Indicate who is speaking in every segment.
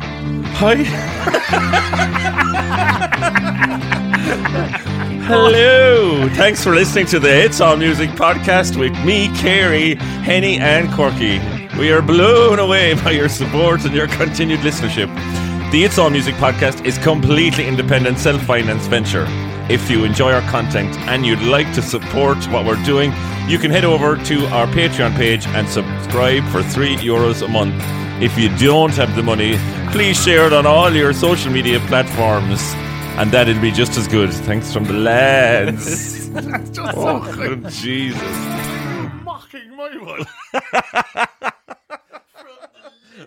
Speaker 1: Hi. Hello. Thanks for listening to the Hits All Music podcast with me, Carey, Henny, and Corky. We are blown away by your support and your continued listenership. The It's All Music podcast is completely independent self-financed venture. If you enjoy our content and you'd like to support what we're doing, you can head over to our Patreon page and subscribe for 3 euros a month. If you don't have the money, please share it on all your social media platforms. And that'll be just as good. Thanks from the lads. oh, Jesus.
Speaker 2: Mocking my one.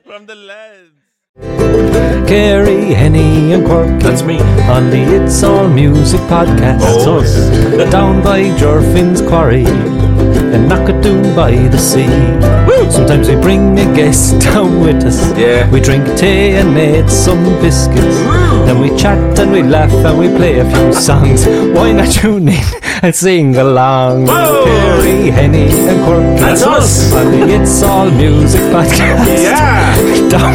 Speaker 1: From the lads.
Speaker 3: Carrie, Henny, and Quirky.
Speaker 1: That's me.
Speaker 3: On the It's All Music podcast.
Speaker 1: Oh,
Speaker 3: Down by Jorfin's Quarry and Knockadoon by the sea. Sometimes we bring a guest down with us.
Speaker 2: Yeah.
Speaker 3: We drink tea and eat some biscuits. Then we chat and we laugh and we play a few songs. Why not tune in and sing along?
Speaker 2: Whoa.
Speaker 3: Carrie, Henny, and Quirky.
Speaker 2: That's us.
Speaker 3: On the It's All Music podcast.
Speaker 2: Yeah.
Speaker 3: Down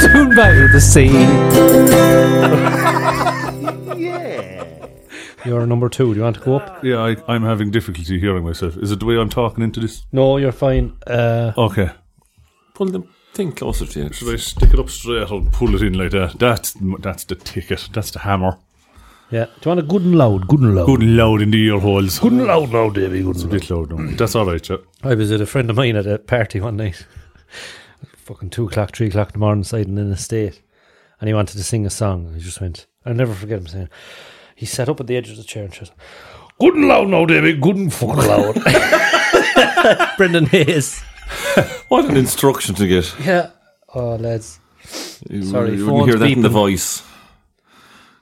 Speaker 3: Knockadoon by the sea. You're number two. Do you want to go up?
Speaker 2: Yeah, I, I'm having difficulty hearing myself. Is it the way I'm talking into this?
Speaker 3: No, you're fine. Uh,
Speaker 2: Okay.
Speaker 4: Pull the thing closer to you.
Speaker 2: Should I stick it up straight or pull it in like that? That's that's the ticket. That's the hammer.
Speaker 3: yeah. Do you want a good and loud? Good and loud.
Speaker 2: Good and loud in the ear holes. Good
Speaker 3: and loud now, Davey. Good
Speaker 2: a bit loud now. That's all right, yeah.
Speaker 3: I was at a friend of mine at a party one night. Fucking two o'clock, three o'clock in the morning, siding in the state. And he wanted to sing a song. I just went, I'll never forget him saying, he sat up at the edge of the chair and said, Good and loud now, Davey. Good and fucking loud. Brendan Hayes.
Speaker 4: What an instruction to get.
Speaker 3: Yeah. Oh, lads.
Speaker 4: You,
Speaker 3: Sorry,
Speaker 4: you
Speaker 3: phone's
Speaker 4: wouldn't hear that in the
Speaker 3: beeping.
Speaker 4: voice.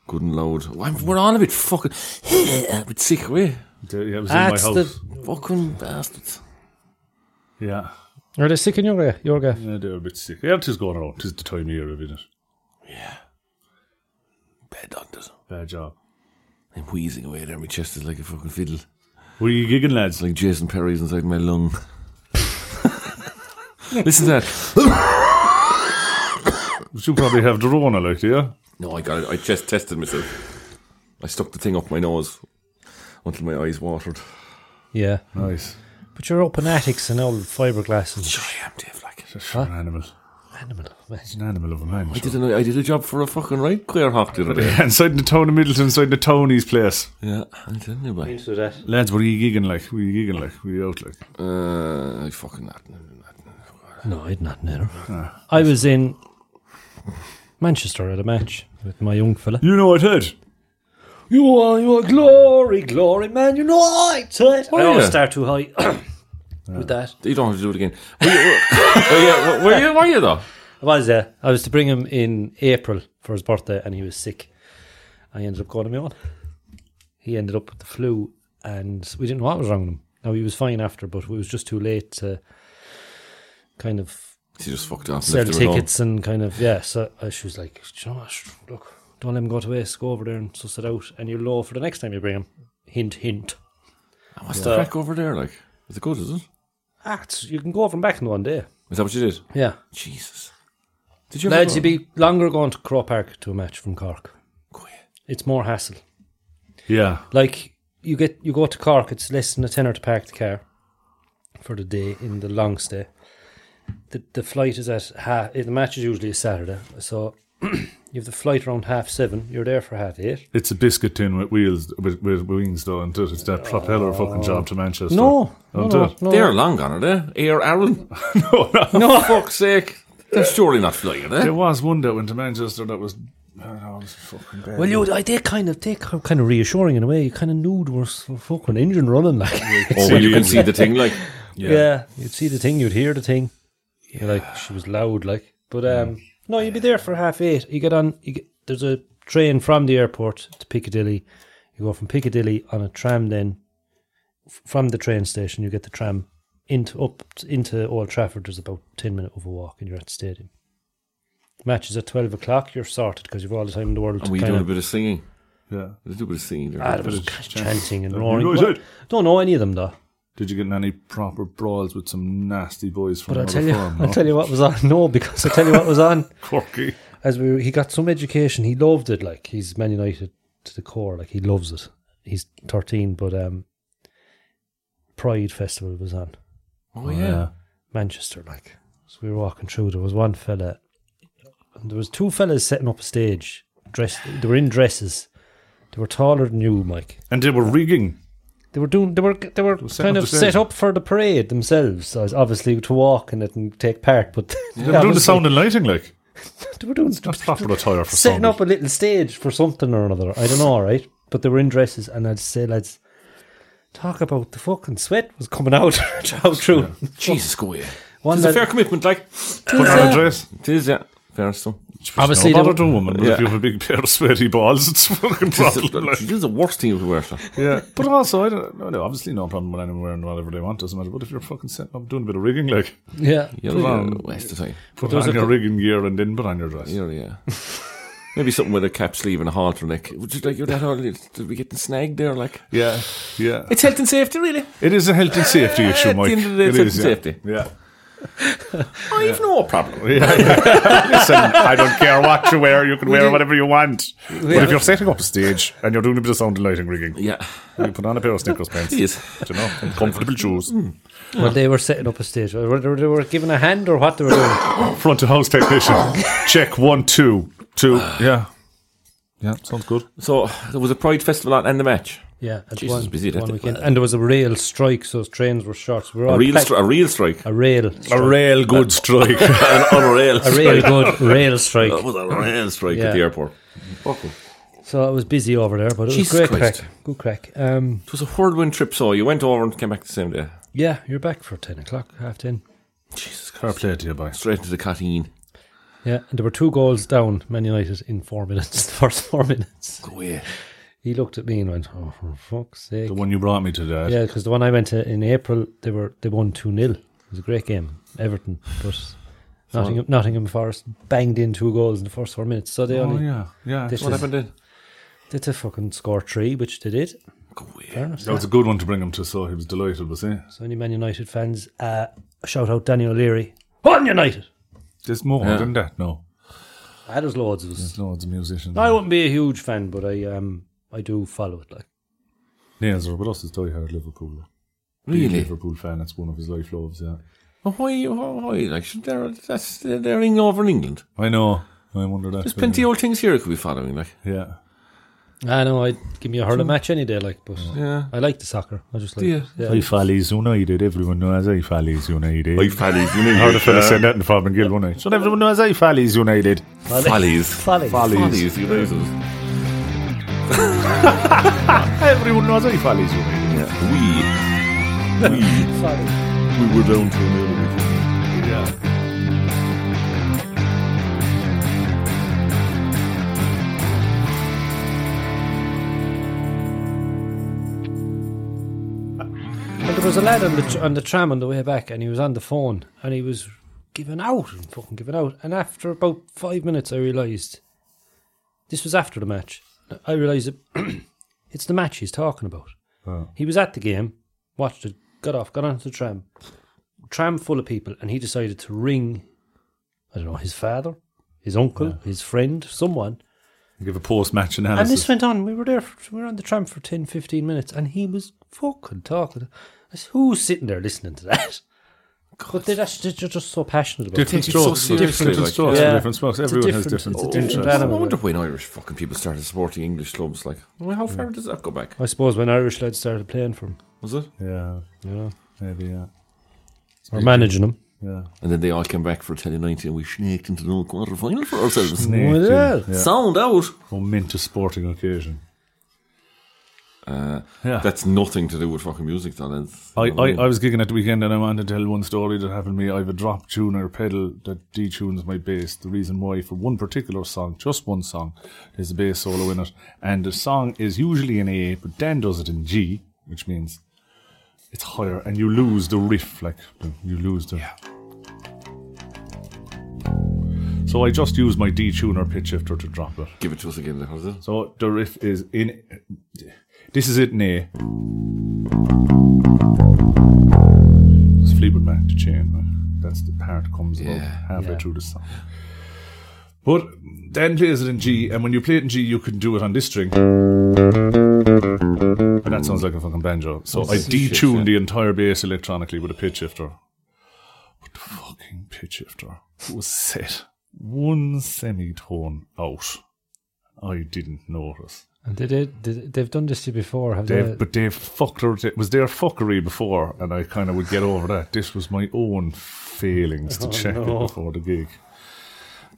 Speaker 4: Good and loud. Why- We're all a bit fucking. a bit sick, we.
Speaker 2: Yeah, it was in my
Speaker 3: That's
Speaker 2: house.
Speaker 3: the.
Speaker 4: Fucking bastards.
Speaker 2: Yeah.
Speaker 3: Are they sick in your area? Your area?
Speaker 2: yeah. They're a bit sick. Yeah, it is going around. It is the time of year, isn't it?
Speaker 4: Bad doctors.
Speaker 2: Bad job.
Speaker 4: I'm wheezing away there. My chest is like a fucking fiddle.
Speaker 2: Were you giggling, lads?
Speaker 4: It's like Jason Perry's inside my lung. Listen to that.
Speaker 2: You probably have the Rona, like, yeah?
Speaker 4: No, I got it. I just tested myself. I stuck the thing up my nose until my eyes watered.
Speaker 3: Yeah.
Speaker 2: Nice.
Speaker 3: But you're up in attics and old fiberglass and
Speaker 4: Sure, I am, Dave. Like,
Speaker 2: An animal.
Speaker 3: animal.
Speaker 2: It's an animal of a man.
Speaker 4: I did, an, I did a job for a fucking right queer hawk the other day.
Speaker 2: Yeah, inside the town of Middleton, inside the Tony's place.
Speaker 4: Yeah, I'm telling you about it.
Speaker 3: Into that.
Speaker 2: Lads, what are you gigging like? What are you gigging like? What are you out like?
Speaker 4: Uh, I fucking not. no, no, no, no.
Speaker 3: No, I'd not know. I was in Manchester at a match with my young fella.
Speaker 2: You know what I did?
Speaker 3: You are your glory, glory, man. You know I tight. Oh, I
Speaker 4: yeah.
Speaker 3: always start too high with that.
Speaker 4: You don't have to do it again. Were you, were you, were you, were you though?
Speaker 3: I was there. uh, I was to bring him in April for his birthday, and he was sick. I ended up going to my own. He ended up with the flu, and we didn't know what was wrong with him. Now he was fine after, but it was just too late to kind of
Speaker 4: She just fucked off. and
Speaker 3: sell
Speaker 4: left her at home.
Speaker 3: tickets and kind of yeah. So uh, she was like, "Do you know what? Sh- Look, don't let him go to waste. Go over there and suss it out, and you'll know for the next time you bring him." Hint, hint.
Speaker 4: And What's the crack over there like? Is it good? Is it?
Speaker 3: Ah, it's- you can go over and back in one day.
Speaker 4: Is that what you did?
Speaker 3: Yeah,
Speaker 4: Jesus. Did you? ever
Speaker 3: lads,
Speaker 4: go-
Speaker 3: you'd be longer going to Crow Park to a match from Cork.
Speaker 4: Go ahead.
Speaker 3: It's more hassle.
Speaker 2: Yeah.
Speaker 3: Like you get you go to Cork, it's less than a tenner to park the car for the day in the long stay. The the flight is at half. eh, The match is usually a Saturday, so you have the flight around half seven. You're there for half eight.
Speaker 2: It's a biscuit tin with wheels, with, with wings, though, and it? it's that propeller fucking job to Manchester.
Speaker 3: Oh. No, no,
Speaker 2: Don't
Speaker 3: no,
Speaker 2: it?
Speaker 3: no.
Speaker 4: They're long gone, are they? Air Aaron.
Speaker 3: No.
Speaker 4: Fuck's sake. They're surely not er flying, are they?
Speaker 2: There was one that went to Manchester that was. I don't know, it was fucking bad.
Speaker 3: Well, you, I, they kind of, they are kind of reassuring in a way. You kind of knew there was a fucking engine running, like
Speaker 4: Oh, well, you can see the thing like.
Speaker 3: yeah. you'd see the thing, you'd hear the thing. You're like, she was loud, like. But um, no, you'd be there for half eight. You get on. You get, there's a train from the airport to Piccadilly. You go from Piccadilly on a tram. Then f- from the train station, you get the tram into up t- into Old Trafford. There's about ten minute of a walk, and you're at the stadium. Match is at twelve o'clock. You're sorted because you've all the time in the world.
Speaker 4: And
Speaker 3: to
Speaker 4: we
Speaker 3: kinda-
Speaker 4: doing a bit of singing.
Speaker 2: Yeah.
Speaker 4: They do a bit of singing. There.
Speaker 3: Ah, there was kind of chanting and
Speaker 2: You
Speaker 3: roaring.
Speaker 2: guys
Speaker 3: Well,
Speaker 2: out?
Speaker 3: Don't know any of them though.
Speaker 2: Did you get in any proper brawls with some nasty boys from
Speaker 3: But I'll
Speaker 2: another
Speaker 3: tell you,
Speaker 2: firm?
Speaker 3: I'll tell you what was on. No, because I'll tell you what was on.
Speaker 2: Corky.
Speaker 3: As we, were- he got some education. He loved it. Like he's Man United to the core. Like he loves it. He's thirteen, but um, Pride Festival was on.
Speaker 4: Oh, yeah.
Speaker 3: Manchester, like. So we were walking through. There was one fella, and there was two fellas setting up a stage. Dressed, they were in dresses. They were taller than you, Mike.
Speaker 2: And they were rigging.
Speaker 3: They were doing. They were. They were
Speaker 2: setting
Speaker 3: kind
Speaker 2: up
Speaker 3: of
Speaker 2: the
Speaker 3: set
Speaker 2: stage.
Speaker 3: up for the parade themselves, so as obviously to walk in it and take part. But
Speaker 2: They were doing the
Speaker 3: obviously
Speaker 2: sound and lighting like.
Speaker 3: they were doing
Speaker 2: That's proper attire for
Speaker 3: setting
Speaker 2: sound.
Speaker 3: up a little stage for something or another. I don't know, right? But they were in dresses, and I'd say, lads, talk about the fucking sweat was coming out out through.
Speaker 4: Jesus, go away.
Speaker 3: One
Speaker 4: It's a
Speaker 3: lad-
Speaker 4: fair commitment, like.
Speaker 2: Put on a dress.
Speaker 4: It is, yeah. Fair stuff.
Speaker 3: Obviously
Speaker 2: no
Speaker 3: they
Speaker 2: bother
Speaker 3: were-
Speaker 2: to a woman, but
Speaker 4: Yeah.
Speaker 2: if you have a big pair of sweaty balls, it's a fucking
Speaker 4: This is,
Speaker 2: problem. like.
Speaker 4: this is the worst thing you could wear, sir.
Speaker 2: yeah. But also, I don't no, no, obviously no problem with anyone wearing whatever they want, doesn't matter. But if you're fucking setting up doing a bit of rigging, like,
Speaker 3: yeah,
Speaker 4: You're the waste of time.
Speaker 2: put
Speaker 3: there's
Speaker 2: on
Speaker 3: a
Speaker 2: your
Speaker 3: cou-
Speaker 2: rigging gear and then put on your dress.
Speaker 4: You're, yeah. Maybe something with a cap sleeve and a halter neck. Would you like you're that early? Did we get snagged there? Like
Speaker 2: Yeah, yeah.
Speaker 4: it's health and safety, really.
Speaker 2: It is a health and safety issue,
Speaker 4: At the
Speaker 2: Mike.
Speaker 4: end of the day,
Speaker 2: It
Speaker 4: it's health
Speaker 2: is,
Speaker 4: and
Speaker 2: yeah.
Speaker 4: safety.
Speaker 2: Yeah.
Speaker 4: I have no problem.
Speaker 2: Yeah, yeah. Listen, I don't care what you wear. You can wear whatever you want. But if you're setting up a stage and you're doing a bit of sound and lighting rigging,
Speaker 4: Yeah,
Speaker 2: you put on a pair of Snickers pants.
Speaker 4: Yes.
Speaker 2: You know, and comfortable shoes.
Speaker 3: Well, they were setting up a stage. They were, they were- they were giving a hand or what they were doing.
Speaker 2: Front of house technician. Check one, two, two. Yeah. Yeah, sounds good.
Speaker 4: So there was a pride festival on and the match.
Speaker 3: Yeah, at
Speaker 4: Jesus,
Speaker 3: one,
Speaker 4: busy, that
Speaker 3: one
Speaker 4: thing.
Speaker 3: weekend. And there was a rail strike, so trains were short. So we were all
Speaker 4: A real,
Speaker 3: packed-
Speaker 4: stri- a real strike.
Speaker 3: a rail, strike.
Speaker 2: A real good strike.
Speaker 4: An unreal
Speaker 3: a
Speaker 4: strike.
Speaker 3: real good rail
Speaker 4: That
Speaker 3: strike.
Speaker 4: was a real strike
Speaker 3: Yeah.
Speaker 4: at the airport. Fucking.
Speaker 3: So it was busy over there, but it
Speaker 4: Jesus
Speaker 3: was great
Speaker 4: Christ.
Speaker 3: crack. Good crack. Um,
Speaker 4: It was a whirlwind trip. So you went over and came back the same day.
Speaker 3: yeah, you're back for ten o'clock, half ten.
Speaker 4: Jesus Christ.
Speaker 2: Fair play to you, boy.
Speaker 4: Straight into the canteen.
Speaker 3: Yeah, and there were two goals down, Man United in four minutes. The first four minutes,
Speaker 4: Go away.
Speaker 3: he looked at me and went, "Oh, for fuck's sake!"
Speaker 2: The one you brought me today.
Speaker 3: Yeah, because the one I went to in April, they were they won two 0 It was a great game, Everton. But Nottingham, Nottingham Forest banged in two goals in the first four minutes, so they
Speaker 2: Oh,
Speaker 3: only
Speaker 2: yeah. Yeah.
Speaker 3: This
Speaker 2: That
Speaker 4: What
Speaker 3: is-
Speaker 4: happened then?
Speaker 3: they had to fucking score three, which they did.
Speaker 4: Go away.
Speaker 2: was a good one to bring him to, so he was delighted, was he?
Speaker 3: So any Man United fans, uh, shout out Danny O'Leary, on United.
Speaker 2: There's more than that, no.
Speaker 3: Ah, there's loads of us.
Speaker 2: There's loads of musicians.
Speaker 3: I wouldn't be a huge fan, but I um I do follow it. Like
Speaker 2: Niels are, but also is diehard Liverpool. Big
Speaker 4: Really?
Speaker 2: Liverpool fan, that's one of his life loves, yeah.
Speaker 4: Well, Why? Why? Like should they're that's they're in over in England.
Speaker 2: I know. I wonder that.
Speaker 4: There's plenty of old things here I could be following. Like
Speaker 2: Yeah.
Speaker 3: I know I'd give me a hurling match any day. Like, but
Speaker 4: yeah.
Speaker 3: I like the soccer. I just like
Speaker 4: Yeah.
Speaker 3: yeah.
Speaker 2: I Follies United, everyone knows I Follies United.
Speaker 4: Follies, you know.
Speaker 2: I heard a fella
Speaker 1: uh,
Speaker 2: saying that in the Farm and Gill one night. So everyone knows I Follies United.
Speaker 4: Follies.
Speaker 3: Follies.
Speaker 4: Follies, you losers.
Speaker 2: Everyone knows I Follies United.
Speaker 4: We. We. we were down to another week.
Speaker 2: Yeah.
Speaker 3: But there was a lad on the tr- on the tram on the way back, and he was on the phone, and he was giving out and fucking giving out. And after about five minutes, I realised this was after the match. I realised it, it's the match he's talking about. He was at the game, watched it, got off, got onto the tram, tram full of people, and he decided to ring. I don't know his father, his uncle, his friend, someone.
Speaker 2: Give a post match
Speaker 3: And this
Speaker 2: analysis.
Speaker 3: went on. We were there. For, we were on the tram for 10, 15 minutes, and he was fucking talking. I said, "Who's sitting there listening to that?" But they're just, they're just so passionate about it.
Speaker 4: Take it so seriously,
Speaker 2: different
Speaker 4: like,
Speaker 2: strokes
Speaker 3: yeah.
Speaker 2: for different strokes.
Speaker 3: It's a
Speaker 2: Everyone has
Speaker 3: different- Oh,
Speaker 2: different
Speaker 3: it's a
Speaker 2: interests.
Speaker 3: different
Speaker 4: I
Speaker 3: animal.
Speaker 4: wonder when Irish fucking people started supporting English clubs. Like, well, how far does that go back?
Speaker 3: I suppose when Irish lads started playing for him,
Speaker 4: Was it?
Speaker 2: Yeah,
Speaker 3: yeah,
Speaker 2: maybe, yeah.
Speaker 3: or managing them.
Speaker 2: Yeah.
Speaker 4: And then they all came back for Tele 90 and we snaked into the quarter final for ourselves.
Speaker 2: Naked,
Speaker 3: yeah.
Speaker 2: yeah.
Speaker 4: Sound out.
Speaker 2: Momentous sporting occasion. yeah.
Speaker 4: That's nothing to do with fucking music, though. that's-
Speaker 2: I, I, I was gigging at the weekend and I wanted to tell one story that happened to me. I have a drop tuner pedal that detunes my bass. The reason why, for one particular song, just one song, there's a bass solo in it. And the song is usually in A, but Dan does it in G, which means it's higher and you lose the riff. Like, the- you lose the. So I just use my detuner pitch shifter to drop it.
Speaker 4: Give it to us again. Like, was it?
Speaker 2: So the riff is in. This is it in A. chain. Right? That's the part comes
Speaker 4: Yeah.
Speaker 2: about halfway
Speaker 3: Yeah.
Speaker 2: through the song. But Dan plays it in G, and when you play it in G, you can do it on this string. And that sounds like a fucking banjo. So I
Speaker 4: shit,
Speaker 2: detuned
Speaker 4: yeah.
Speaker 2: the entire bass electronically with a pitch shifter. But the fucking pitch shifter was set one semitone out. I didn't notice.
Speaker 3: And they did, did, they've done this to you before, have
Speaker 2: They've,
Speaker 3: they?
Speaker 2: but they've fucked her. It was their fuckery before, and I kind of would get over that. This was my own failings to check it before the gig.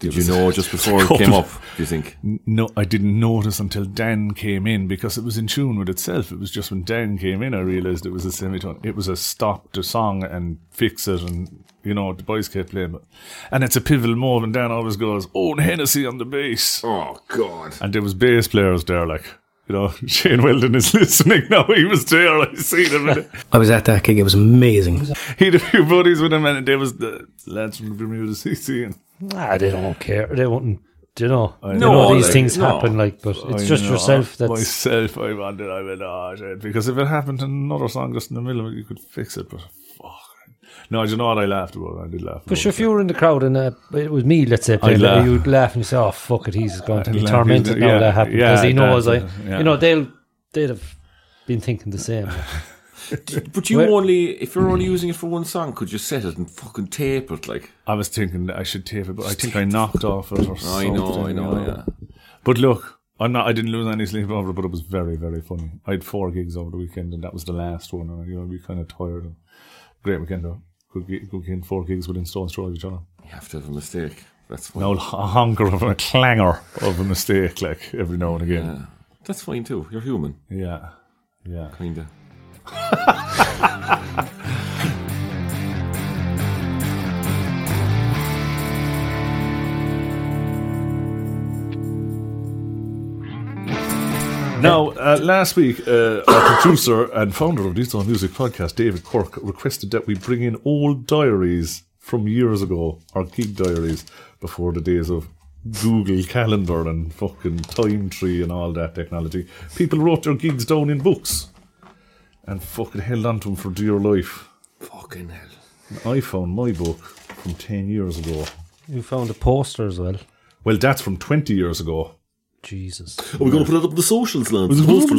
Speaker 4: Did you know just before it came up? Do you think?
Speaker 2: N- No, I didn't notice until Dan came in because it was in tune with itself. It was just when Dan came in, I realized it was a semitone. It was a stop the song and fix it, and you know the boys kept playing it. And it's a pivotal moment. Dan always goes, "Own Hennessy on the bass."
Speaker 4: Oh God!
Speaker 2: And there was bass players there, like, you know, Shane Weldon is listening now. He was there. I see him.
Speaker 5: I was at that gig. It was amazing.
Speaker 2: he had a few buddies with him, and there was the lads from the Bermuda CC. And
Speaker 3: nah, they don't care. They wouldn't, you know. you
Speaker 4: know.
Speaker 3: know these
Speaker 4: like,
Speaker 3: things
Speaker 4: no.
Speaker 3: happen, like, but it's
Speaker 2: I
Speaker 3: just
Speaker 2: Oh, know,
Speaker 3: yourself that's.
Speaker 2: myself. I wondered. I went, oh shit, because if it happened in another song just in the middle of it, you could fix it. But fuck, no, do you know what I laughed about? I did laugh.
Speaker 3: But
Speaker 2: about
Speaker 3: sure,
Speaker 2: it.
Speaker 3: if you were in the crowd and uh, it was me, let's say, playing,
Speaker 2: laugh.
Speaker 3: you would laugh and you say, "Oh fuck it, he's going to
Speaker 2: I'd
Speaker 3: be
Speaker 2: laugh.
Speaker 3: tormented
Speaker 2: He's-
Speaker 3: now
Speaker 2: yeah,
Speaker 3: that happened,"
Speaker 2: yeah,
Speaker 3: because he knows, like,
Speaker 2: that- yeah.
Speaker 3: you know, they'll they'd have been thinking the same.
Speaker 4: But you
Speaker 3: Where-
Speaker 4: only if you're only using it for one song, could you set it and fucking tape it like?
Speaker 2: I was thinking that I should tape it, but I think I knocked off it or
Speaker 4: I
Speaker 2: something.
Speaker 4: know, I know,
Speaker 2: you
Speaker 4: yeah.
Speaker 2: But look, I'm not. I didn't lose any sleep over it, but it was very, very funny. I had four gigs over the weekend, and that was the last one. And you know, we kind of tired. Of, great weekend though. Good, gi- good weekend. Four gigs within stone's throw of each other.
Speaker 4: You have to have a mistake. That's fine.
Speaker 2: No l- a hunger of a clangor of a mistake, like every now and again.
Speaker 4: Yeah. That's fine too. You're human,
Speaker 2: Yeah, yeah.
Speaker 4: kinda.
Speaker 2: Now, uh, last week, uh, our producer and founder of the Soul Music Podcast, David Cork, requested that we bring in old diaries from years ago, our gig diaries, before the days of Google Calendar and fucking Time Tree and all that technology. People wrote their gigs down in books and fucking held on to them for dear life.
Speaker 4: Fucking hell.
Speaker 2: I found my book from 10 years ago.
Speaker 3: You found a poster as well.
Speaker 2: Well, that's from 20 years ago.
Speaker 3: Jesus,
Speaker 4: Are we gonna put it up on the socials, lads?
Speaker 2: yeah. Put up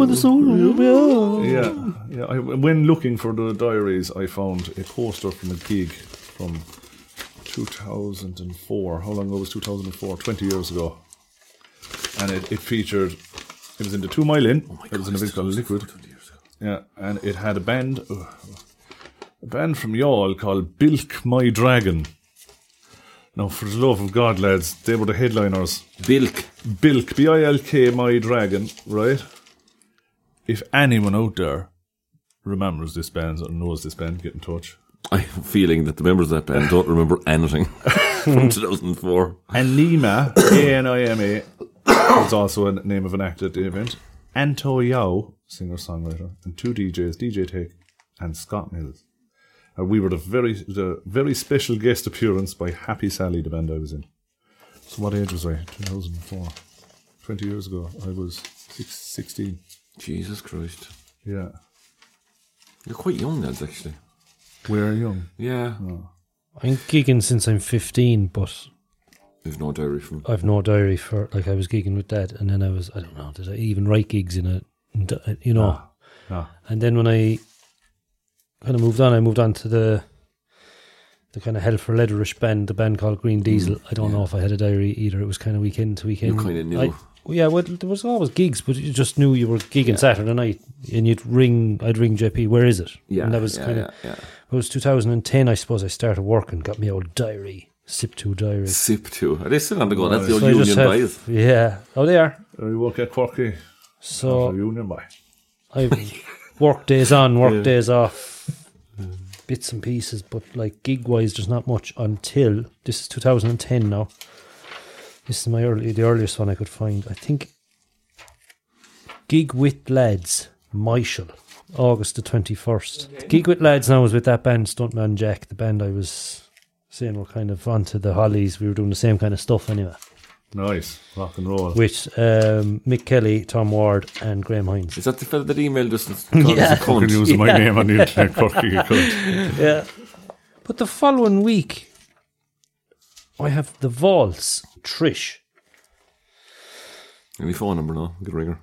Speaker 2: on the socials, yeah. Yeah, yeah. I, when looking for the diaries, I found a poster from a gig from 2004. How long ago was 2004? 20 years ago. And it, it featured, it was in the Two Mile Inn. it was in a place called Liquid. Yeah, and it had a band, uh, a band from y'all called Bilk My Dragon. Now, for the love of God, lads, they were the headliners.
Speaker 4: Bilk.
Speaker 2: Bilk, B I L K, my dragon, right? If anyone out there remembers this band or knows this band, get in touch.
Speaker 4: I have a feeling that the members of that band don't remember anything from 2004.
Speaker 2: And Nima, A N I M A, was also a name of an act at the event. Anto Yao, singer songwriter, and two DJs, DJ Take and Scott Mills. Uh, we were the very the very special guest appearance by Happy Sally, the band I was in. So what age was I? 2004. 20 years ago. I was six, 16.
Speaker 4: Jesus Christ.
Speaker 2: Yeah.
Speaker 4: You're quite young, lads, actually.
Speaker 2: We're young.
Speaker 4: Yeah.
Speaker 3: I'm gigging since I'm 15, but
Speaker 4: We've no diary from.
Speaker 3: I've no diary for like I was gigging with Dad, and then I was I don't know did I even write gigs in it, you know?
Speaker 2: no.
Speaker 3: And then when I kind of moved on, I moved on to the the kind of hell for leatherish band, the band called Green Diesel. I don't know if I had a diary either. It was kind of weekend to weekend.
Speaker 4: kinda knew.
Speaker 3: I- well, yeah, well, there was always gigs, but you just knew you were gigging Saturday night, and you'd ring. I'd ring JP. Where is it?
Speaker 4: Yeah.
Speaker 3: and that was
Speaker 4: yeah,
Speaker 3: kind of.
Speaker 4: yeah, yeah.
Speaker 3: It was 2010, I suppose. I started working, got me old diary, sip two diary.
Speaker 4: Sip too. Are they still on the go? That's the old
Speaker 3: So I
Speaker 4: union
Speaker 3: just have-
Speaker 4: guys.
Speaker 3: yeah. Oh, they are.
Speaker 2: I Uh, work at Quirky
Speaker 3: So
Speaker 2: Union Boy.
Speaker 3: I've work days on, work days off, bits and pieces, but like gig wise, there's not much until this is 2010 now. This is my early, the earliest one I could find. I think gig with lads, Michael, August the 21st. Gig with lads now was with that band Stuntman Jack, the band I was saying were kind of onto the Hollies. We were doing the same kind of stuff anyway.
Speaker 2: Nice. Rock and roll.
Speaker 3: with um, Mick Kelly, Tom Ward, and Graham Hines.
Speaker 4: Is that the fella that emailed us? and called us a
Speaker 2: Fucking
Speaker 4: cunt?
Speaker 2: using my name on the internet, Corky, you cunt.
Speaker 3: Yeah. But the following week, I have the Vaults, Trish.
Speaker 4: Any phone number now? Good ringer.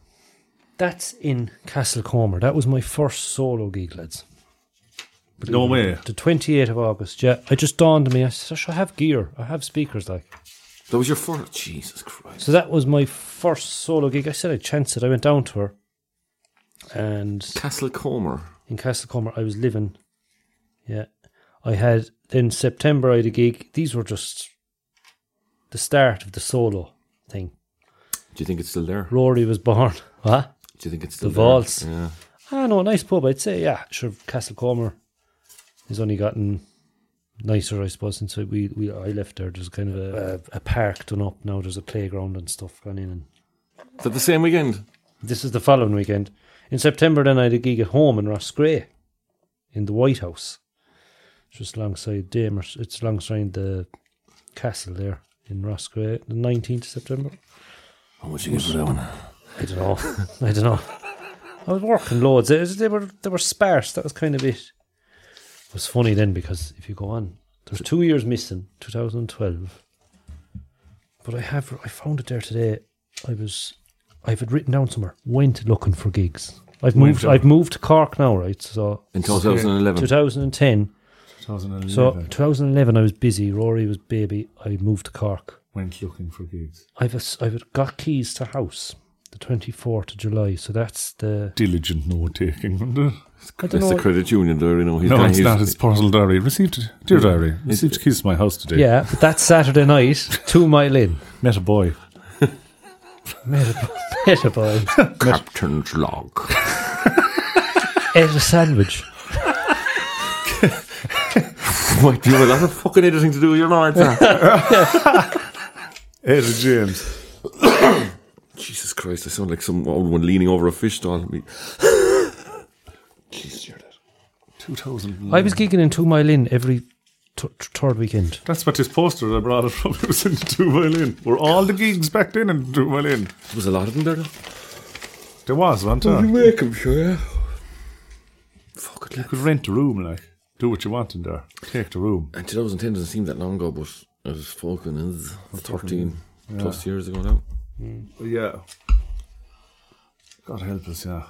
Speaker 3: That's in Castlecomer. That was my first solo gig, lads.
Speaker 2: No way.
Speaker 3: The 28th of August, yeah. It just dawned on me, I said, "Shush, I have gear. I have speakers, like.
Speaker 4: That was your first. Jesus Christ.
Speaker 3: So that was my first solo gig. I said I'd chance it. I went down to her. And
Speaker 4: Castle Comer.
Speaker 3: in Castlecomer, I was living. Yeah. I had, in September, I had a gig. These were just the start of the solo thing.
Speaker 4: Do you think it's still there? Do
Speaker 3: Rory was born. What?
Speaker 4: you think it's still
Speaker 3: The
Speaker 4: there?
Speaker 3: vaults.
Speaker 4: Yeah.
Speaker 3: Ah, no, nice pub, I'd say. Yeah, sure. Castlecomer has only gotten nicer, I suppose, since we, we I left there. There's kind of a, a, a park done up now. There's a playground and stuff gone in. And
Speaker 4: Is that the same weekend?
Speaker 3: this is the following weekend. In September, then I had a gig at home in Rossgrey, in the White House, It's just alongside Damers. It's alongside the castle there in Rossgrey, the 19th of September.
Speaker 4: How much you get for that one?
Speaker 3: I don't know. I don't know. I was working loads. It was, they were they were sparse. That was kind of it. It was funny then because if you go on, there's two years missing. 2012. But I have I found it there today. I was I have it written down somewhere. Went looking for gigs. I've
Speaker 2: Went
Speaker 3: moved.
Speaker 2: down.
Speaker 3: I've moved to Cork now, right? So
Speaker 4: In 2011.
Speaker 3: 2010.
Speaker 2: 2011.
Speaker 3: So 2011, I was busy. Rory was baby. I moved to Cork.
Speaker 2: went looking for gigs.
Speaker 3: I've s- I've got keys to house the 24th of July. So that's the
Speaker 2: Diligent note taking, wasn't it?
Speaker 3: I don't
Speaker 4: That's
Speaker 3: know.
Speaker 4: the credit union there, you know. He's
Speaker 2: No,
Speaker 4: gone-
Speaker 2: it's
Speaker 4: he's-
Speaker 2: not. It's Portal Diary. Received, dear diary, received keys to my house today.
Speaker 3: Yeah, but that's Saturday night, two mile in.
Speaker 2: Met a boy.
Speaker 3: Hit a ball,
Speaker 4: Captain's log.
Speaker 3: ate a sandwich.
Speaker 4: What, you have a lot of fucking editing to do. You're not like that.
Speaker 2: Ed James.
Speaker 4: Jesus Christ, I sound like some old one leaning over a fish doll. Jesus, you're that.
Speaker 2: 2000.
Speaker 3: I was gigging in two mile in every t- t- third weekend.
Speaker 2: That's what this poster that I brought up from was in Two Mile Inn. Were all the gigs back then in Two Mile Inn?
Speaker 4: There was a lot of them there, though.
Speaker 2: There was, wasn't there? You
Speaker 4: make them, sure, yeah. Fuck it, lad.
Speaker 2: could rent the room, like. Do what you want in there. Take the room.
Speaker 4: And 2010 doesn't seem that long ago, but it was fucking it's 13 plus years ago now.
Speaker 2: Yeah. God help us, yeah.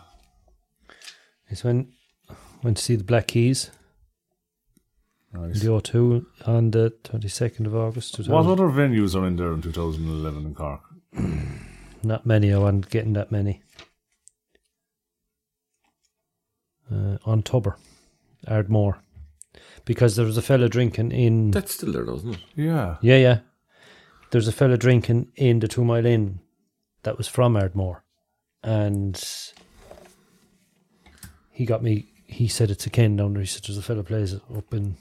Speaker 3: It's when went to see the Black Keys, in
Speaker 2: Nice.
Speaker 3: the O2, on the 22nd of August. 2000.
Speaker 2: What other venues are in there in 2011 in Cork?
Speaker 3: Not many, I wasn't getting that many. Uh, on Tubber, Ardmore. Because there was a fella drinking in.
Speaker 4: That's still there, though, isn't it?
Speaker 2: Yeah.
Speaker 3: Yeah, yeah. There's a fella drinking in the Two Mile Inn that was from Ardmore. And he got me, he said it's a Ken down there. He said there's a fella plays it up in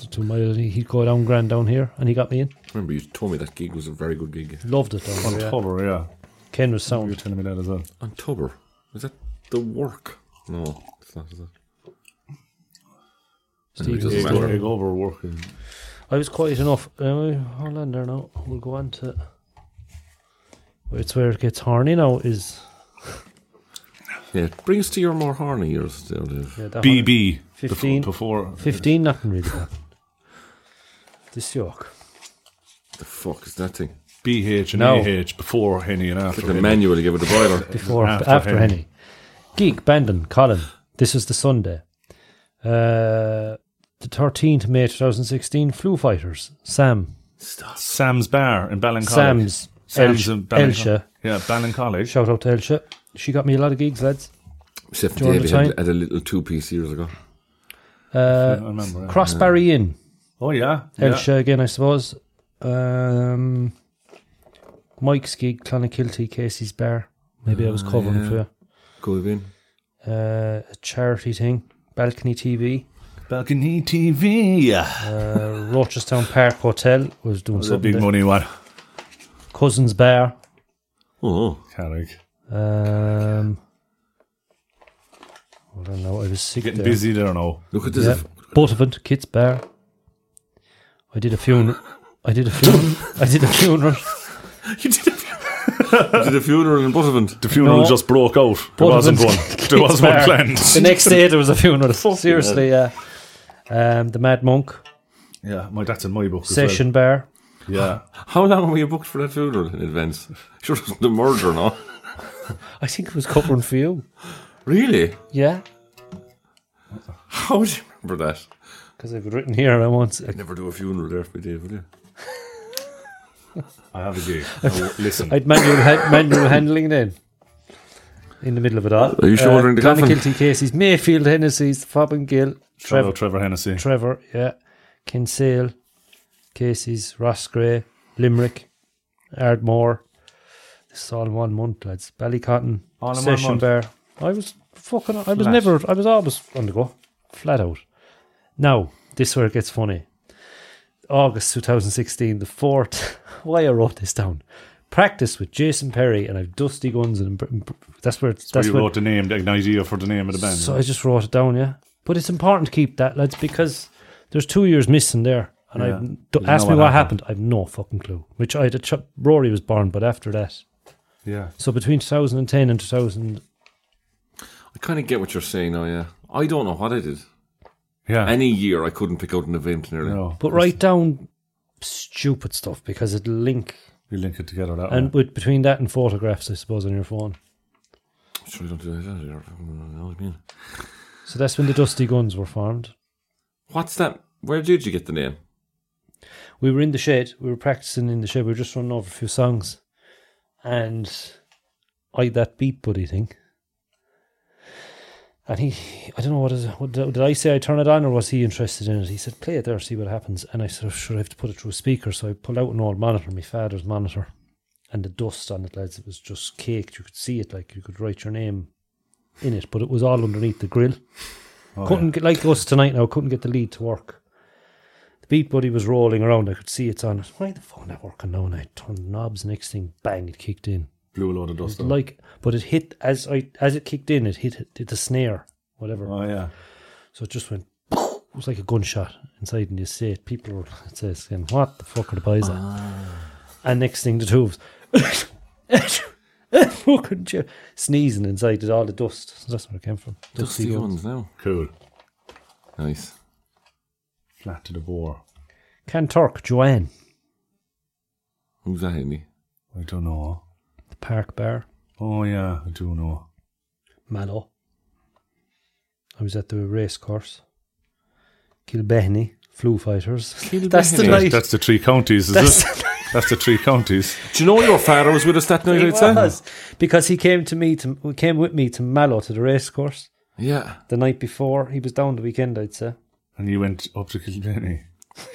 Speaker 3: the Two Mile Inn. He'd go down grand down here and he got me in.
Speaker 4: remember you told me that gig was a very good gig.
Speaker 3: Loved it down
Speaker 2: On
Speaker 3: there. yeah.
Speaker 2: cover, yeah.
Speaker 3: Ken was
Speaker 2: You were
Speaker 3: sound.
Speaker 2: telling me that as well.
Speaker 4: On Tubber. Is that the work? No, it's not. Is it?
Speaker 3: Steve
Speaker 4: doesn't
Speaker 3: was
Speaker 4: matter.
Speaker 3: there.
Speaker 2: Egg over working.
Speaker 3: I was quiet enough. Anyway, hold on there now. We'll go on to. It's where it gets horny now. Is
Speaker 4: Yeah, bring us to your more horny years, there, Dave.
Speaker 3: yeah, that horny-
Speaker 2: BB.
Speaker 3: 15.
Speaker 2: Before.
Speaker 3: 15, nothing really bad. This York.
Speaker 4: The fuck is that thing?
Speaker 2: BH and
Speaker 3: No.
Speaker 2: AH before Henny and after
Speaker 4: The
Speaker 2: Henny.
Speaker 4: manual give it the boiler.
Speaker 3: Before,
Speaker 2: After
Speaker 3: after, after
Speaker 2: Henny.
Speaker 3: Henny. Geek, Bandon, Colin. This is the Sunday. Uh, the 13th of May 2016, Flu Fighters. Sam.
Speaker 4: Stop.
Speaker 2: Sam's Bar in Ballincollig.
Speaker 3: Sam's.
Speaker 2: Sam's
Speaker 3: Elsh-
Speaker 2: in Ballincollig.
Speaker 3: Elsha.
Speaker 2: Yeah, Ballincollig.
Speaker 3: Shout out to Elsha. She got me a lot of gigs, lads.
Speaker 4: Except
Speaker 3: During
Speaker 4: David
Speaker 3: the
Speaker 4: had,
Speaker 3: time-
Speaker 4: had a little two piece years ago.
Speaker 2: I
Speaker 3: Uh,
Speaker 2: remember. yeah.
Speaker 3: Crossbarry Inn.
Speaker 2: Oh, yeah.
Speaker 3: Elsha
Speaker 2: yeah.
Speaker 3: again, I suppose. Um, Mike's gig, Clonakilty, Casey's Bar. Maybe I was
Speaker 2: Oh,
Speaker 3: covering
Speaker 4: yeah.
Speaker 3: for you.
Speaker 4: Go in.
Speaker 3: uh, a charity thing, Balcony TV,
Speaker 2: Balcony TV. Yeah.
Speaker 3: uh, Rochestown Park Hotel was doing
Speaker 2: It's a
Speaker 3: something.
Speaker 2: big
Speaker 3: there.
Speaker 2: money one.
Speaker 3: Cousins Bar.
Speaker 4: Oh,
Speaker 2: Carrick.
Speaker 3: Um, I don't know. I was sick
Speaker 2: Getting
Speaker 3: there.
Speaker 2: busy there now.
Speaker 4: look at this.
Speaker 3: Yeah. Butterfant Kids Bar. I did a funeral. I did a funeral. I did a funeral.
Speaker 4: You did a, you did a funeral in Butterfund.
Speaker 2: The funeral
Speaker 3: No.
Speaker 2: just broke out. There wasn't one. There was one planned.
Speaker 3: The next day there was a funeral. Seriously, yeah. Um, the Mad Monk
Speaker 2: Yeah, my that's in my book. as well.
Speaker 3: session bar.
Speaker 2: Yeah,
Speaker 4: How long were you booked for that funeral in advance? Sure, it was the murder, no?
Speaker 3: I think it was covering for you.
Speaker 4: Really?
Speaker 3: Yeah,
Speaker 4: How do you remember that?
Speaker 3: because I've written here I once. I,
Speaker 4: Never do a funeral there for me, Dave, will you?
Speaker 2: I have a gig. Now, listen,
Speaker 3: I had manual ha- manual handling then. In the middle of it all. Uh,
Speaker 4: Are you shouldering the coffin?
Speaker 3: Clonakilty cases, Mayfield, Hennessy's, Fobbin Gill,
Speaker 2: shout
Speaker 3: Trevor,
Speaker 2: out Trevor Hennessy.
Speaker 3: Trevor, yeah, Kinsale, Casey's, Ross Gray, Limerick, Ardmore. This is all in one month, lads. Ballycotton,
Speaker 2: All in one
Speaker 3: Session
Speaker 2: month.
Speaker 3: Bear. I was fucking. I was
Speaker 2: Flat.
Speaker 3: never. I was always on the go, flat out. Now this is where it gets funny. August 2016, the fourth. Why I wrote this down. Practice with Jason Perry and I've Dusty Guns and that's where it's, that's
Speaker 2: you
Speaker 3: where
Speaker 2: wrote the name, the- an idea for the name of the band.
Speaker 3: so I just wrote it down, yeah. But it's important to keep that, lads, because there's two years missing there. And
Speaker 2: Yeah.
Speaker 3: I don't
Speaker 2: know
Speaker 3: ask me
Speaker 2: what
Speaker 3: what happened. I've no fucking clue. Which I had a ch- Rory was born, but after that,
Speaker 2: yeah,
Speaker 3: so between 2010 and 2000,
Speaker 4: I kind of get what you're saying now, yeah. I don't know what I did.
Speaker 2: yeah.
Speaker 4: Any year I couldn't pick out an event nearly.
Speaker 2: no,
Speaker 3: but write down stupid stuff because it'll link.
Speaker 2: you link it together that
Speaker 3: And
Speaker 2: way.
Speaker 3: with, between that and photographs, I suppose, on your phone.
Speaker 4: I'm sure you don't do that. either. I don't know what I mean.
Speaker 3: So that's when the Dusty Guns were formed.
Speaker 4: What's that? Where did you get the name?
Speaker 3: we were in the shed. We were practicing in the shed. We were just running over a few songs, and I had that beat buddy thing. And he, I don't know what is. What did, did I say? I turn it on, or was he interested in it? He said, "Play it there, see what happens." And I said, oh, "Sure, I have to put it through a speaker." So I pulled out an old monitor, my father's monitor, and the dust on it, lads, it was just caked. You could see it, like you could write your name in it, but it was all underneath the grill. couldn't get like us tonight now. Couldn't get the lead to work. The beat buddy was rolling around. I could see it's on. Why the phone not working now? And I turned the knobs. Next thing, bang! It kicked in.
Speaker 2: Blew a load of dust.
Speaker 3: It's like, but it hit as I as it kicked in. It hit, it, the snare, whatever.
Speaker 2: Oh yeah,
Speaker 3: So it just went. It was like a gunshot inside in the estate. People were it says, saying, "What the fuck are the boys at?" And next thing, the two of us fucking chair, sneezing inside at all the dust. So that's where it came from.
Speaker 4: Dusty
Speaker 3: Guns.
Speaker 4: Guns now.
Speaker 2: cool.
Speaker 4: Nice.
Speaker 2: Flat to the bore.
Speaker 3: Can Turk Joanne
Speaker 4: Who's that, Andy?
Speaker 2: I don't know.
Speaker 3: the Park Bar
Speaker 2: Oh yeah, I do know.
Speaker 3: Mallow. I was at the race course. Kilbehny, Flu Fighters. That's the
Speaker 4: Kilbehny.
Speaker 3: night.
Speaker 2: That's the three counties, is
Speaker 3: That's
Speaker 2: it? That's the three counties.
Speaker 4: Do you know your father was with us that night,
Speaker 3: He
Speaker 4: I'd say?
Speaker 3: was, because he came to me to came with me to Mallow to the race course
Speaker 4: Yeah.
Speaker 3: the night before. He was down the weekend, I'd say.
Speaker 2: And you went up to Kilkenny.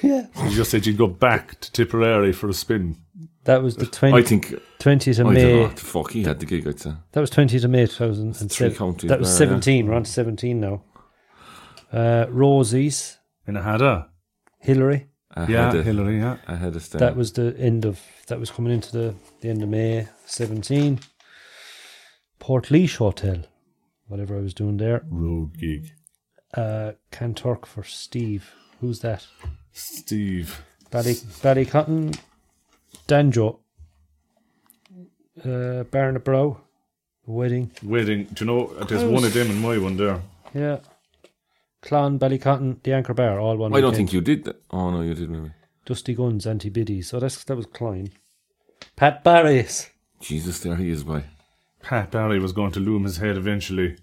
Speaker 3: Yeah,
Speaker 2: You just said you'd go back to Tipperary for a spin.
Speaker 3: that was the 20,
Speaker 4: I think,
Speaker 3: twentieth of
Speaker 4: I don't know
Speaker 3: May.
Speaker 4: what the fuck he had the gig, I'd say.
Speaker 3: That was twentieth of May, two thousand and
Speaker 4: Three
Speaker 3: seven.
Speaker 4: counties
Speaker 3: That was
Speaker 4: there, yeah.
Speaker 3: seventeen. We're on to seventeen now. Uh, Rosie's,
Speaker 2: In a Hada.
Speaker 3: Hillary.
Speaker 4: I
Speaker 2: Yeah,
Speaker 4: had a,
Speaker 2: Hillary, yeah.
Speaker 4: I had a stand.
Speaker 3: That was the end of that was coming into the, the end of May seventeen. Port Leash Hotel, whatever I was doing there.
Speaker 2: Road gig.
Speaker 3: Uh, Cantork for Steve. Who's that?
Speaker 2: Steve.
Speaker 3: Bally Ballycotton, Danjo, uh, Barnet Brow, wedding.
Speaker 2: Wedding. Do you know, there's one of them and my one there.
Speaker 3: Yeah, Clan Ballycotton, the Anchor Bar, all one.
Speaker 4: I don't
Speaker 3: weekend.
Speaker 4: think you did that. Oh, no, you did, maybe.
Speaker 3: Dusty Guns, Anti Biddy. So that's that was Klein. Pat Barris.
Speaker 4: Jesus, there he is, boy.
Speaker 2: Pat Barry was going to loom his head eventually.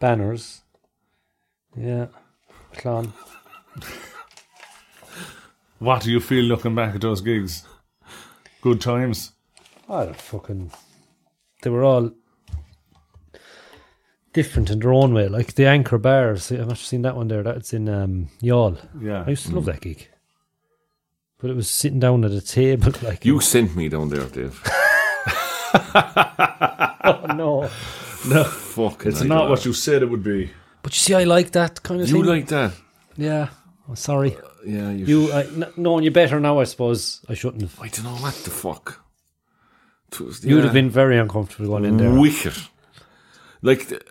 Speaker 3: banners. Yeah, clan.
Speaker 2: What do you feel looking back at those gigs? Good times.
Speaker 3: I don't fucking. They were all different in their own way. Like the Anchor Bars. I've actually seen that one there. That's in um, Yall.
Speaker 2: Yeah.
Speaker 3: I used to love that gig. But it was sitting down at a table, like
Speaker 4: You sent me down there, Dave.
Speaker 3: Oh, no.
Speaker 4: Fuck.
Speaker 2: It's not what you said it would be.
Speaker 3: But you see, I like that kind of
Speaker 4: You
Speaker 3: thing.
Speaker 4: like that?
Speaker 3: yeah. I'm sorry.
Speaker 4: Yeah, you.
Speaker 3: You I, kn- knowing you better now, I suppose I shouldn't have.
Speaker 4: I don't know what the fuck. Twas- uh,
Speaker 3: You would
Speaker 4: yeah.
Speaker 3: have been very uncomfortable going in there.
Speaker 4: wicked. Like, the-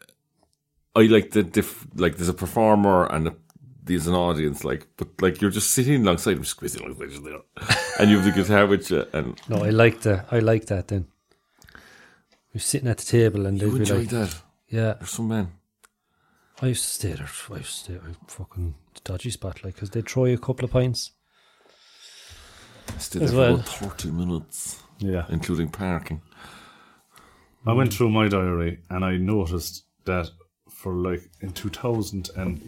Speaker 4: I like the diff, like there's a performer and a, as an audience, like, but like you're just sitting alongside him, squeezing alongside him there, and you have the guitar with you, and
Speaker 3: No, I like that. I like that then. You're sitting at the table and they'd
Speaker 4: you
Speaker 3: be
Speaker 4: enjoy
Speaker 3: like,
Speaker 4: that.
Speaker 3: yeah,
Speaker 4: There's some man.
Speaker 3: I used to stay there. I used to stay at a fucking dodgy spot, like, because they'd throw you a couple of pints.
Speaker 4: Still
Speaker 3: As
Speaker 4: there
Speaker 3: well.
Speaker 4: for about 30 minutes,
Speaker 2: Yeah.
Speaker 4: including parking.
Speaker 2: I went through my diary and I noticed that for like in 2000 and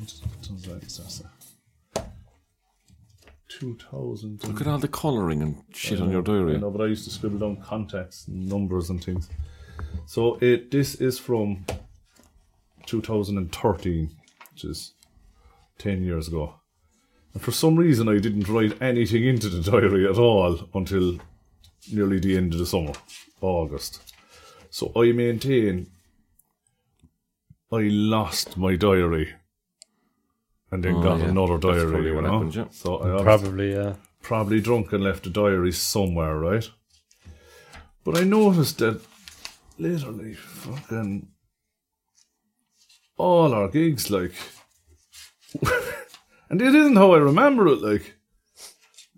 Speaker 2: 2000
Speaker 4: Look at all the colouring and shit
Speaker 3: Uh,
Speaker 4: on your
Speaker 2: I
Speaker 4: diary.
Speaker 2: know, but I used to scribble down contacts and numbers and things. So it this is from 2013, which is 10 years ago. And for some reason, I didn't write anything into the diary at all until nearly the end of the summer, August. So I maintain I lost my diary and then got
Speaker 4: Oh, yeah.
Speaker 2: another
Speaker 4: That's
Speaker 2: diary.
Speaker 4: probably
Speaker 2: You
Speaker 4: what
Speaker 2: know?
Speaker 4: happened, yeah.
Speaker 2: So I obviously-
Speaker 3: Probably, yeah.
Speaker 2: probably drunk and left a diary somewhere, right? But I noticed that literally fucking all our gigs, like, and it isn't how I remember it, like,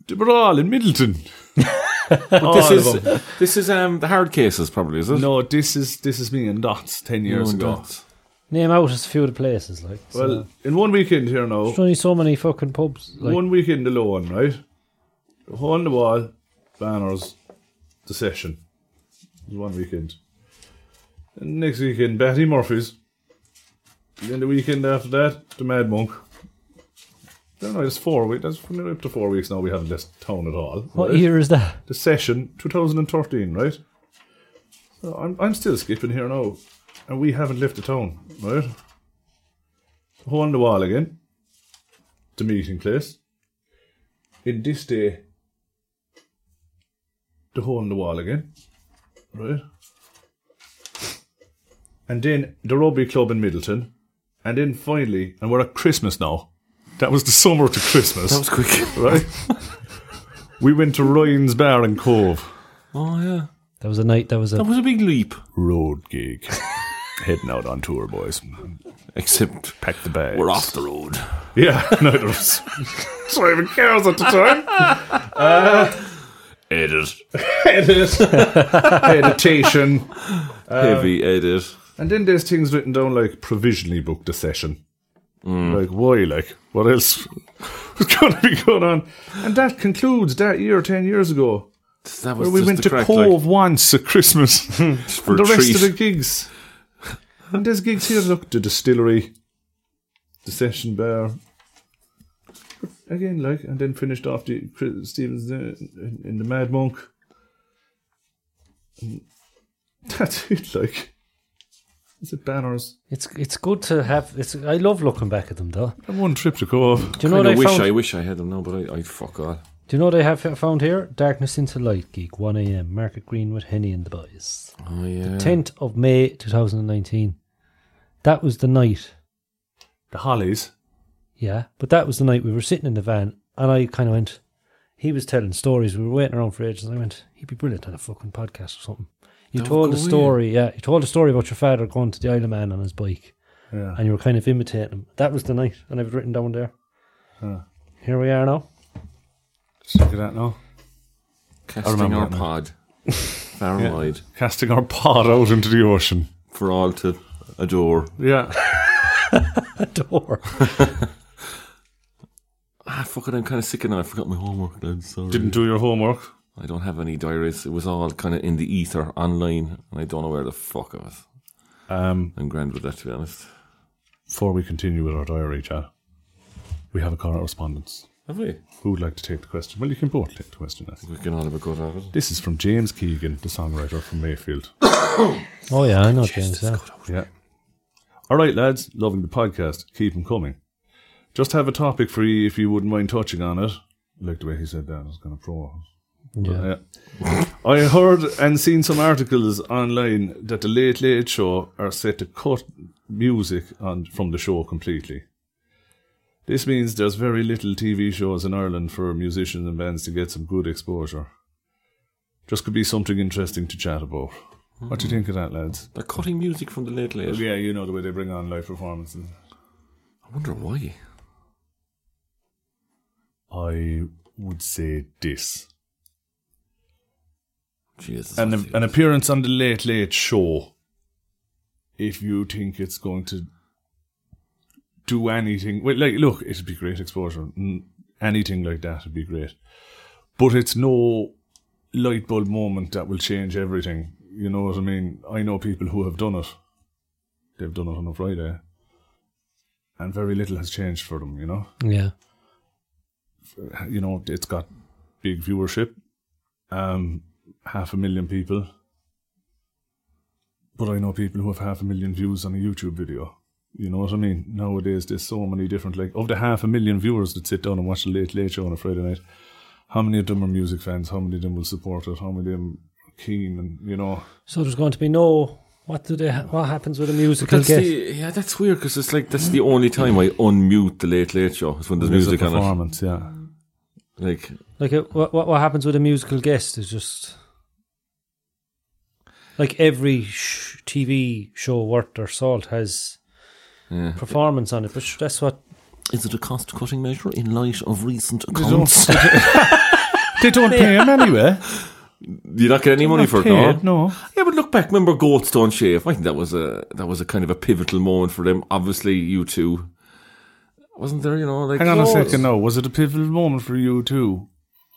Speaker 2: they were all in Middleton. All
Speaker 4: This
Speaker 2: of them.
Speaker 4: is this is um the hard cases probably is it?
Speaker 2: no, this is this is me and Dots ten
Speaker 4: You know,
Speaker 2: years
Speaker 4: and
Speaker 2: ago.
Speaker 4: that's-
Speaker 3: Name out as a few of the places, like. so-
Speaker 2: Well, in one weekend here now,
Speaker 3: There's only so many fucking pubs. Like,
Speaker 2: one weekend alone, right? On the wall, banners, the session. It was one weekend. And next weekend, Betty Murphy's. Then the weekend after that, the Mad Monk. I don't know, it's four weeks. That's we're up to four weeks now. We haven't left town at all.
Speaker 3: what
Speaker 2: right?
Speaker 3: year is that?
Speaker 2: The session, 2013, right? So I'm, I'm still skipping here now. And we haven't left the town, right? On the wall again. The meeting place. In this day, the hole in the wall again, right? And then the rugby club in Middleton, and then finally, and we're at Christmas now. That was the summer to Christmas.
Speaker 4: That was quick.
Speaker 2: right? we went to Ryan's Bar in Cove.
Speaker 4: Oh yeah,
Speaker 3: That was a night. That was a.
Speaker 4: that was a big leap.
Speaker 2: Road gig. Heading out on tour, boys.
Speaker 4: Except
Speaker 2: Pack the bags.
Speaker 4: we're off the road.
Speaker 2: Yeah, no, there was driving cars at the time.
Speaker 4: Edit.
Speaker 2: Edit. Editation.
Speaker 4: Heavy edit.
Speaker 2: And then there's things written down like provisionally booked a session.
Speaker 4: Hmm.
Speaker 2: Like, why? Like, what else was going to be going on? And that concludes that year 10 years ago.
Speaker 4: That was
Speaker 2: Where we
Speaker 4: just
Speaker 2: went
Speaker 4: the
Speaker 2: to
Speaker 4: crack, like,
Speaker 2: Cove once at Christmas.
Speaker 4: for
Speaker 2: the
Speaker 4: a
Speaker 2: rest
Speaker 4: treat.
Speaker 2: of the gigs. And there's gigs here. Look, the distillery, the session bar. Again, like, and then finished off the Chris Stevens uh, in, in the Mad Monk. And That's it. Like, is it banners?
Speaker 3: It's it's good to have. It's I love looking back at them though.
Speaker 2: And one trip to Cove.
Speaker 3: Do you know
Speaker 4: Kinda
Speaker 3: what I
Speaker 4: wish
Speaker 3: found?
Speaker 4: I wish I had them now, but I, I fuck all.
Speaker 3: Do you know what I have found here? Darkness into Light Geek, 1 a.m. Market Green with Henny and the Boys.
Speaker 4: Oh yeah.
Speaker 3: 10th of May 2019. That was the night.
Speaker 2: The Hollies.
Speaker 3: Yeah, but that was the night we were sitting in the van, and I kind of went. He was telling stories. We were waiting around for ages, and I went, "He'd be brilliant on a fucking podcast or something." You told
Speaker 4: go
Speaker 3: a
Speaker 4: in.
Speaker 3: story, yeah. You told a story about your father going to the Isle of Man on his bike,
Speaker 2: Yeah.
Speaker 3: and you were kind of imitating him. That was the night, and I've written down there. Here we are now.
Speaker 2: Look at that now.
Speaker 4: Casting
Speaker 2: remember
Speaker 4: our
Speaker 2: that now.
Speaker 4: pod far and wide
Speaker 2: Casting our pod out into the ocean.
Speaker 4: for all to adore.
Speaker 2: Yeah.
Speaker 3: Door.
Speaker 4: Ah, fuck it, I'm kind of sick of now. I forgot my homework. I'm sorry.
Speaker 2: Didn't do your homework.
Speaker 4: I don't have any diaries. It was all kind of in the ether, online, and I don't know where the fuck I was.
Speaker 2: Um,
Speaker 4: I'm grand with that, to be honest.
Speaker 2: Before we continue with our diary chat, we have a correspondence.
Speaker 4: Have we?
Speaker 2: Who would like to take the question? Well, you can both take the question. I think.
Speaker 4: We can all have a go at it.
Speaker 2: This is from James Keegan, the songwriter from Mayfield.
Speaker 3: Oh yeah, I know James. Yeah.
Speaker 2: yeah. All right, lads. Loving the podcast. Keep 'em coming. Just have a topic for you if you wouldn't mind touching on it. I like the way he said that. I was going to pro.
Speaker 3: Yeah.
Speaker 2: Yeah. I heard and seen some articles online that the Late Late Show are set to cut music on, from the show completely. This means there's very little TV shows in Ireland for musicians and bands to get some good exposure. Just could be something interesting to chat about. What do you think of that, lads?
Speaker 4: They're cutting music from the late late.
Speaker 2: Yeah, you know the way they bring on live performances.
Speaker 4: I wonder why.
Speaker 2: I would say this.
Speaker 4: Jesus.
Speaker 2: An, an appearance on the Late Late Show. If you think it's going to do anything, well, like, look, it'd be great exposure. N- Anything like that would be great. But it's no light bulb moment that will change everything. You know what I mean? I know people who have done it. They've done it on a Friday. And very little has changed for them, you know?
Speaker 3: Yeah.
Speaker 2: you know, it's got big viewership, um, half a million people. But I know people who have half a million views on a YouTube video. You know what I mean? Nowadays, there's so many different, like, of the half a million viewers that sit down and watch the Late Late Show on a Friday night, how many of them are music fans? How many of them will support it? How many of them are keen? And, you know,
Speaker 3: So there's going to be no. What do they? Ha- what happens with a musical
Speaker 4: That's
Speaker 3: guest?
Speaker 4: the, yeah, that's weird because it's like that's the only time I unmute the Late Late Show is when there's
Speaker 2: there's a
Speaker 4: music on
Speaker 2: performance, yeah.
Speaker 4: it. Like,
Speaker 3: Like uh, what, what what happens with a musical guest is just like every sh- TV show worth their salt has performance on it, but sh- that's what
Speaker 4: is it a cost cutting measure in light of recent
Speaker 2: don't-
Speaker 4: accounts?
Speaker 2: They don't pay him anyway.
Speaker 4: Do you not get any money for it? No?
Speaker 2: no.
Speaker 4: Yeah, but look back. Remember Goldstone Shave? I think that was a that was a kind of a pivotal moment for them. Obviously, you two wasn't there. You know, like
Speaker 2: Hang on a
Speaker 4: Oh,
Speaker 2: second now. Was it a pivotal moment for you too?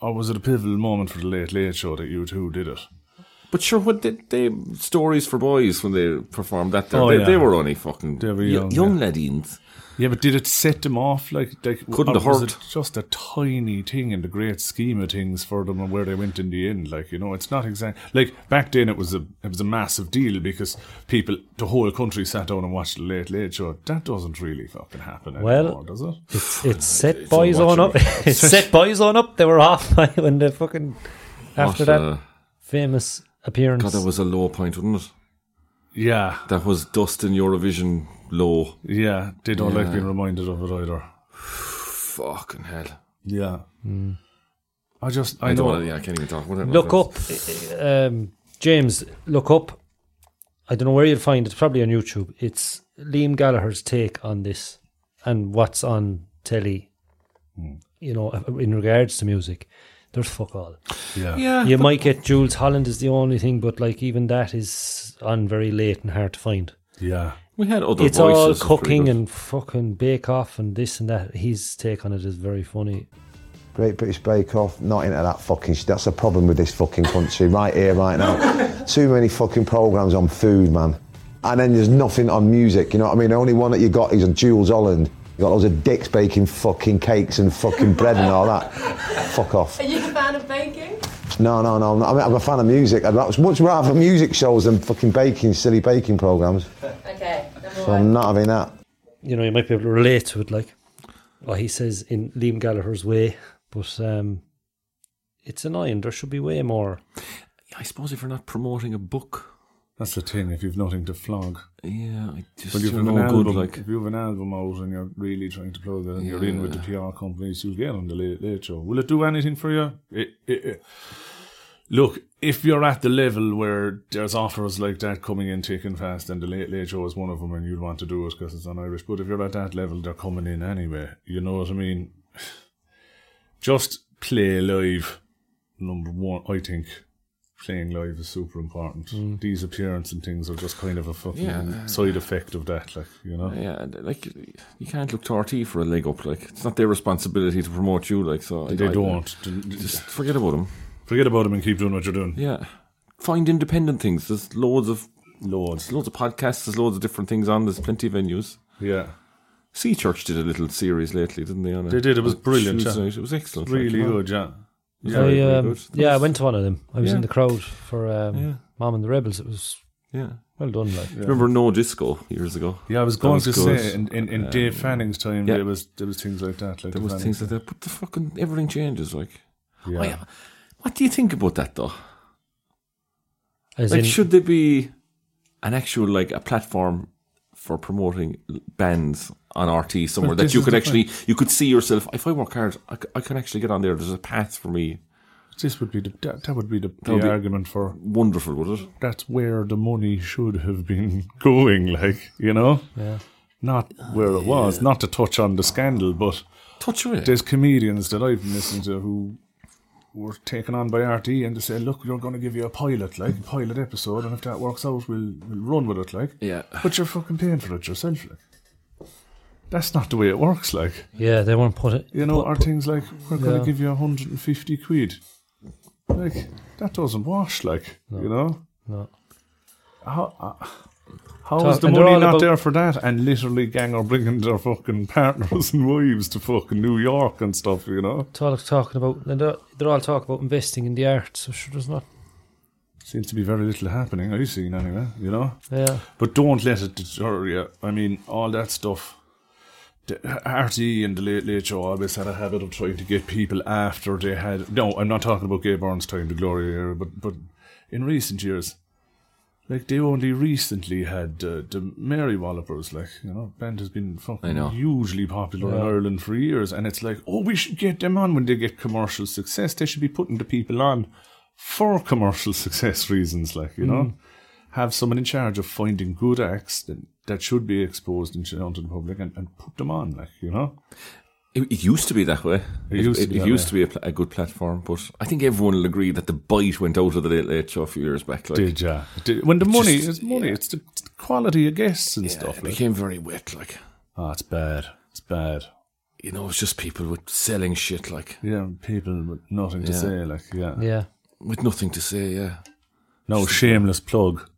Speaker 2: Or was it a pivotal moment for the Late Late Show that you two did it?
Speaker 4: But sure, what did they stories for boys when they performed that? There,
Speaker 2: Oh,
Speaker 4: they,
Speaker 2: yeah.
Speaker 4: they were only fucking
Speaker 2: They were
Speaker 4: y-
Speaker 2: young,
Speaker 4: young
Speaker 2: yeah.
Speaker 4: laddies.
Speaker 2: Yeah, but did it set them off? Like, like
Speaker 4: Couldn't
Speaker 2: or
Speaker 4: have
Speaker 2: was
Speaker 4: hurt.
Speaker 2: it just a tiny thing in the great scheme of things for them and where they went in the end. Like, you know, it's not exact. Like back then, it was a it was a massive deal because people, the whole country, sat down and watched the Late Late Show. That doesn't really fucking happen
Speaker 3: Well-
Speaker 2: anymore, does it?
Speaker 3: it's, it's set boys on up.
Speaker 4: unwatchable.
Speaker 3: it's set boys on up. They were off by when they fucking after
Speaker 4: What,
Speaker 3: that
Speaker 4: uh,
Speaker 3: famous appearance.
Speaker 4: God, that was a low point, wasn't it?
Speaker 2: Yeah,
Speaker 4: That was Dustin Eurovision low.
Speaker 2: yeah. They don't like being reminded of it either.
Speaker 4: Fucking hell!
Speaker 2: Yeah. I just Hmm. I,
Speaker 4: I,
Speaker 2: know.
Speaker 4: don't. Wanna, yeah, I can't even talk. Whatever.
Speaker 3: look up, um, James. Look up. I don't know where you'll find it. Probably on YouTube. It's Liam Gallagher's take on this and what's on telly.
Speaker 4: Hmm.
Speaker 3: You know, in regards to music, there's fuck all.
Speaker 4: Yeah,
Speaker 3: You might get Jules Holland is the only thing, but like even that is on very late and hard to find.
Speaker 2: Yeah.
Speaker 4: we had other.
Speaker 3: it's all
Speaker 4: voices,
Speaker 3: cooking
Speaker 4: pretty
Speaker 3: and fucking Bake Off and this and that. His take on it is very funny.
Speaker 6: Great British Bake Off, not into that fucking shit. That's the problem with this fucking country right here, right now. Too many fucking programmes on food, man. And then there's nothing on music, you know what I mean? The only one that you got is on Jules Holland. You got loads of dicks baking fucking cakes and fucking bread and all that. Fuck off.
Speaker 7: Are you a fan of baking?
Speaker 6: No, no, no. I'm, not, I mean, I'm a fan of music. I'd much- much rather music shows than fucking baking, silly baking programmes.
Speaker 7: Okay, number
Speaker 6: So I'm not having that.
Speaker 3: You know, you might be able to relate to it, like what he says in Liam Gallagher's way, but um, it's annoying. There should be way more.
Speaker 4: good. I suppose if you're not promoting a book,
Speaker 2: That's the thing. If you've nothing to flog,
Speaker 4: yeah, I just
Speaker 2: Well, if
Speaker 4: you're
Speaker 2: you've an
Speaker 4: no
Speaker 2: album,
Speaker 4: good. Like
Speaker 2: if you have an album out and you're really trying to plug it, and you're in with the PR companies, you'll get on the late, late show. Will it do anything for you? It, it, it- Look, if you're at the level where there's offers like that coming in thick and fast, and the late late show is one of them, and you'd want to do it because it's on Irish. But if you're at that level, they're coming in anyway. You know what I mean? Just play live. Number one, I think playing live is super important.
Speaker 4: Mm.
Speaker 2: These appearance and things are just kind of a fucking side effect of that, like you know.
Speaker 4: Yeah, and, like you can't look to RT for a leg up. Like it's not their responsibility to promote you. Like so, I-
Speaker 2: They
Speaker 4: I-
Speaker 2: don't. Just
Speaker 4: Just forget about them.
Speaker 2: forget about them and keep doing what you're doing.
Speaker 4: Yeah, find independent things. There's loads of
Speaker 2: Lords.
Speaker 4: loads of podcasts. There's loads of different things on. There's plenty of venues.
Speaker 2: Yeah.
Speaker 4: Sea Church did a little series lately, didn't they? On a,
Speaker 2: They did, it was
Speaker 4: on
Speaker 2: brilliant,
Speaker 4: Tuesday
Speaker 2: yeah.
Speaker 4: night. Oh, It was excellent. like,
Speaker 2: Really
Speaker 4: you know.
Speaker 2: good, yeah.
Speaker 4: Yeah,
Speaker 3: I,
Speaker 4: really
Speaker 3: um,
Speaker 4: good.
Speaker 3: yeah, I went to one of them. I was
Speaker 4: Yeah.
Speaker 3: in the crowd for um,
Speaker 4: Yeah.
Speaker 3: Mom and the Rebels. It was
Speaker 4: Yeah.
Speaker 3: well done, like.
Speaker 4: Remember No Disco years ago?
Speaker 2: Yeah, I was
Speaker 4: That
Speaker 2: going to
Speaker 4: good. Um,
Speaker 2: say in, in, in Dave Fanning's time
Speaker 4: yeah.
Speaker 2: there was there was things like that. Like
Speaker 4: there was things like Oh, that, but the fucking everything changes. Like,
Speaker 2: Yeah.
Speaker 4: I- what do you think about that though?
Speaker 3: As
Speaker 4: Like,
Speaker 3: in,
Speaker 4: should there be an actual like a platform for promoting l- bands on RT somewhere
Speaker 2: Well,
Speaker 4: that
Speaker 2: this
Speaker 4: you
Speaker 2: is
Speaker 4: could
Speaker 2: the
Speaker 4: actually you could see yourself? If I work hard, I, c- I can actually get on there. There's a path for me.
Speaker 2: This would be the that, that would be the, the
Speaker 4: would be-
Speaker 2: argument for
Speaker 4: Wonderful, would it?
Speaker 2: that's where the money should have been going, like, you know?
Speaker 3: yeah.
Speaker 2: not where it was, not to touch on the scandal, but
Speaker 4: Touch your ear.
Speaker 2: there's comedians that I've been listening to who were taken on by RT and they say, look, you're going to give you a pilot, like a pilot episode, and if that works out, we'll, we'll run with it, like.
Speaker 4: Yeah.
Speaker 2: But you're fucking paying for it yourself, like. That's not the way it works, like.
Speaker 3: Yeah, they won't put it.
Speaker 2: You know, are things like, we're going
Speaker 3: yeah.
Speaker 2: to give you 150 quid. Like, that doesn't wash, like, you know?
Speaker 3: No.
Speaker 2: How, uh, how
Speaker 3: Talk-
Speaker 2: is the
Speaker 3: and they're
Speaker 2: money
Speaker 3: all
Speaker 2: not
Speaker 3: about-
Speaker 2: there for that? And literally, gang are bringing their fucking partners and wives to fucking New York and stuff, you know?
Speaker 3: It's all talking about. They're, they're all talking about investing in the arts. So sure, there's not.
Speaker 2: Seems to be very little happening, I've seen anyway, you know?
Speaker 3: Yeah,
Speaker 2: But don't let it deter you. I mean, all that stuff. The- RT and the Late Late Show always had a habit of trying to get people after they had. No, I'm not talking about Gay Barnes' time, the glory era, but, but in recent years, like they only recently had uh, the Mary Wallopers. Like you know, band has been
Speaker 4: I
Speaker 2: fucking
Speaker 4: know.
Speaker 2: hugely popular in Ireland for years, and it's like, oh, we should get them on when they get commercial success. They should be putting the people on for commercial success reasons. Like you know, have someone in charge of finding good acts that, that should be exposed and shown to the public, and, and put them on. Like you know,
Speaker 4: It, it used to be that way. It,
Speaker 2: used to
Speaker 4: it
Speaker 2: be that
Speaker 4: used
Speaker 2: way.
Speaker 4: to be a, pla- a good platform, but I think everyone will agree that the bite went out of the late late show a few years back. Like,
Speaker 2: did ya? Did- when the money
Speaker 4: just-
Speaker 2: is money, it's the, it's the quality of guests and
Speaker 4: yeah,
Speaker 2: stuff.
Speaker 4: it
Speaker 2: Like,
Speaker 4: became very wet. Like
Speaker 2: oh, it's bad. It's bad.
Speaker 4: you know, it's just people with selling shit like
Speaker 2: Yeah, people with nothing to
Speaker 4: Yeah.
Speaker 2: say. Like yeah.
Speaker 3: yeah.
Speaker 4: with nothing to say. Yeah,
Speaker 2: No shameless plug.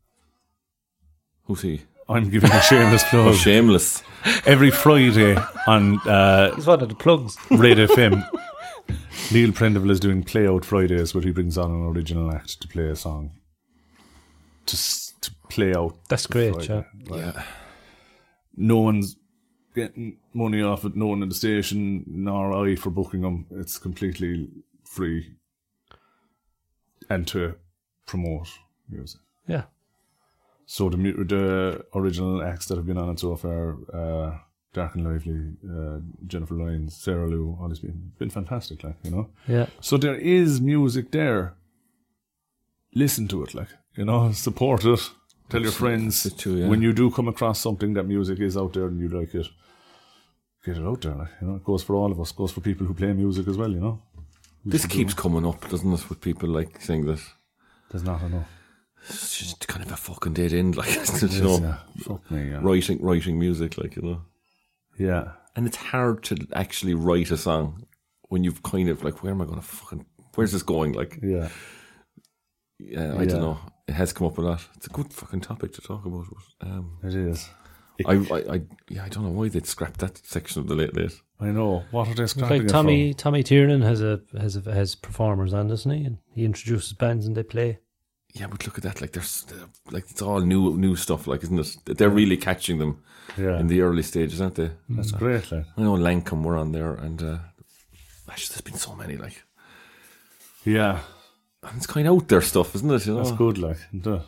Speaker 4: who's he?
Speaker 2: I'm giving a shameless
Speaker 4: Oh,
Speaker 2: plug
Speaker 4: shameless.
Speaker 2: every Friday on uh,
Speaker 3: He's one of the plugs.
Speaker 2: Red FM. Neil Prendeville is doing Play Out Fridays, where he brings on an original act to play a song. To s- to play out.
Speaker 3: That's
Speaker 2: the
Speaker 3: great,
Speaker 2: Friday. Like,
Speaker 4: Yeah.
Speaker 2: No one's getting money off it. No one in the station, nor I for booking them. It's completely free. And to promote music.
Speaker 3: Yeah,
Speaker 2: So the mu- the original acts that have been on it so far, uh, Dark and Lively, uh, Jennifer Lyons, Sarah Lou, all these been been fantastic, like you know.
Speaker 3: yeah.
Speaker 2: So there is music there. Listen to it, like you know, support it. Tell your friends
Speaker 4: it too, yeah.
Speaker 2: when you do come across something that music is out there and you like it. Get it out there, like you know. It goes for all of us. Goes for people who play music as well, you know.
Speaker 4: This keeps coming up, doesn't it? With people like saying that
Speaker 2: There's not enough.
Speaker 4: it's just kind of a fucking dead end. Like you know,
Speaker 2: There's, uh, fuck me, yeah.
Speaker 4: writing writing music. Like you know.
Speaker 2: yeah.
Speaker 4: And it's hard to actually write a song when you've kind of like, where am I going to fucking, where's this going? Like,
Speaker 2: Yeah.
Speaker 4: yeah, I
Speaker 2: Yeah.
Speaker 4: don't know. It has come up a lot. It's a good fucking topic to talk about. but, Um,
Speaker 2: It is.
Speaker 4: I, I, I, yeah, I don't know why they'd scrap that section of the late late.
Speaker 2: I know. What are they scrapping
Speaker 3: Like
Speaker 2: it
Speaker 3: Tommy Tommy Tiernan has a has a, has performers on, doesn't he? And he introduces bands and they play.
Speaker 4: Yeah, but look at that. Like, there's uh, like it's all new, new stuff. Like, isn't it? They're really catching them
Speaker 2: from? Yeah.
Speaker 4: in the early stages, aren't they?
Speaker 2: That's great, like.
Speaker 4: I know Lancome were on there, and uh, actually, there's been so many. Like,
Speaker 2: Yeah,
Speaker 4: and it's kind of out there stuff, isn't it? You know?
Speaker 2: that's good, like. isn't it?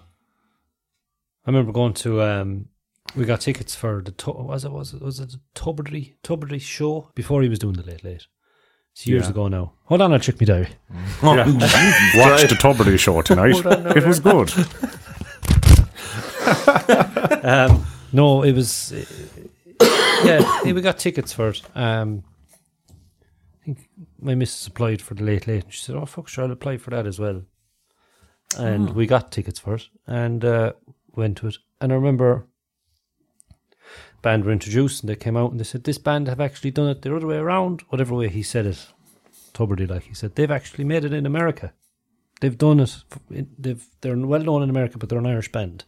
Speaker 3: I remember going to um, we got tickets for the Tu- was it was it was it the Tuberty Tuberty show before he was doing the late late. It's years
Speaker 2: Yeah.
Speaker 3: ago now. Hold on, I'll check me diary.
Speaker 2: Watched the Tuberty show tonight. it was good.
Speaker 3: No, it was. yeah, yeah, we got tickets for it. Um, I think my missus applied for the late late, and she said, "Oh fuck, sure, I'll apply for that as well." And
Speaker 4: Ah.
Speaker 3: we got tickets for it, and uh, went to it. And I remember band were introduced, and they came out, and they said, "This band have actually done it the other way around." Whatever way he said it, Tuberty like he said, they've actually made it in America. They've done it. f- in- They've they're well known in America, but they're an Irish band.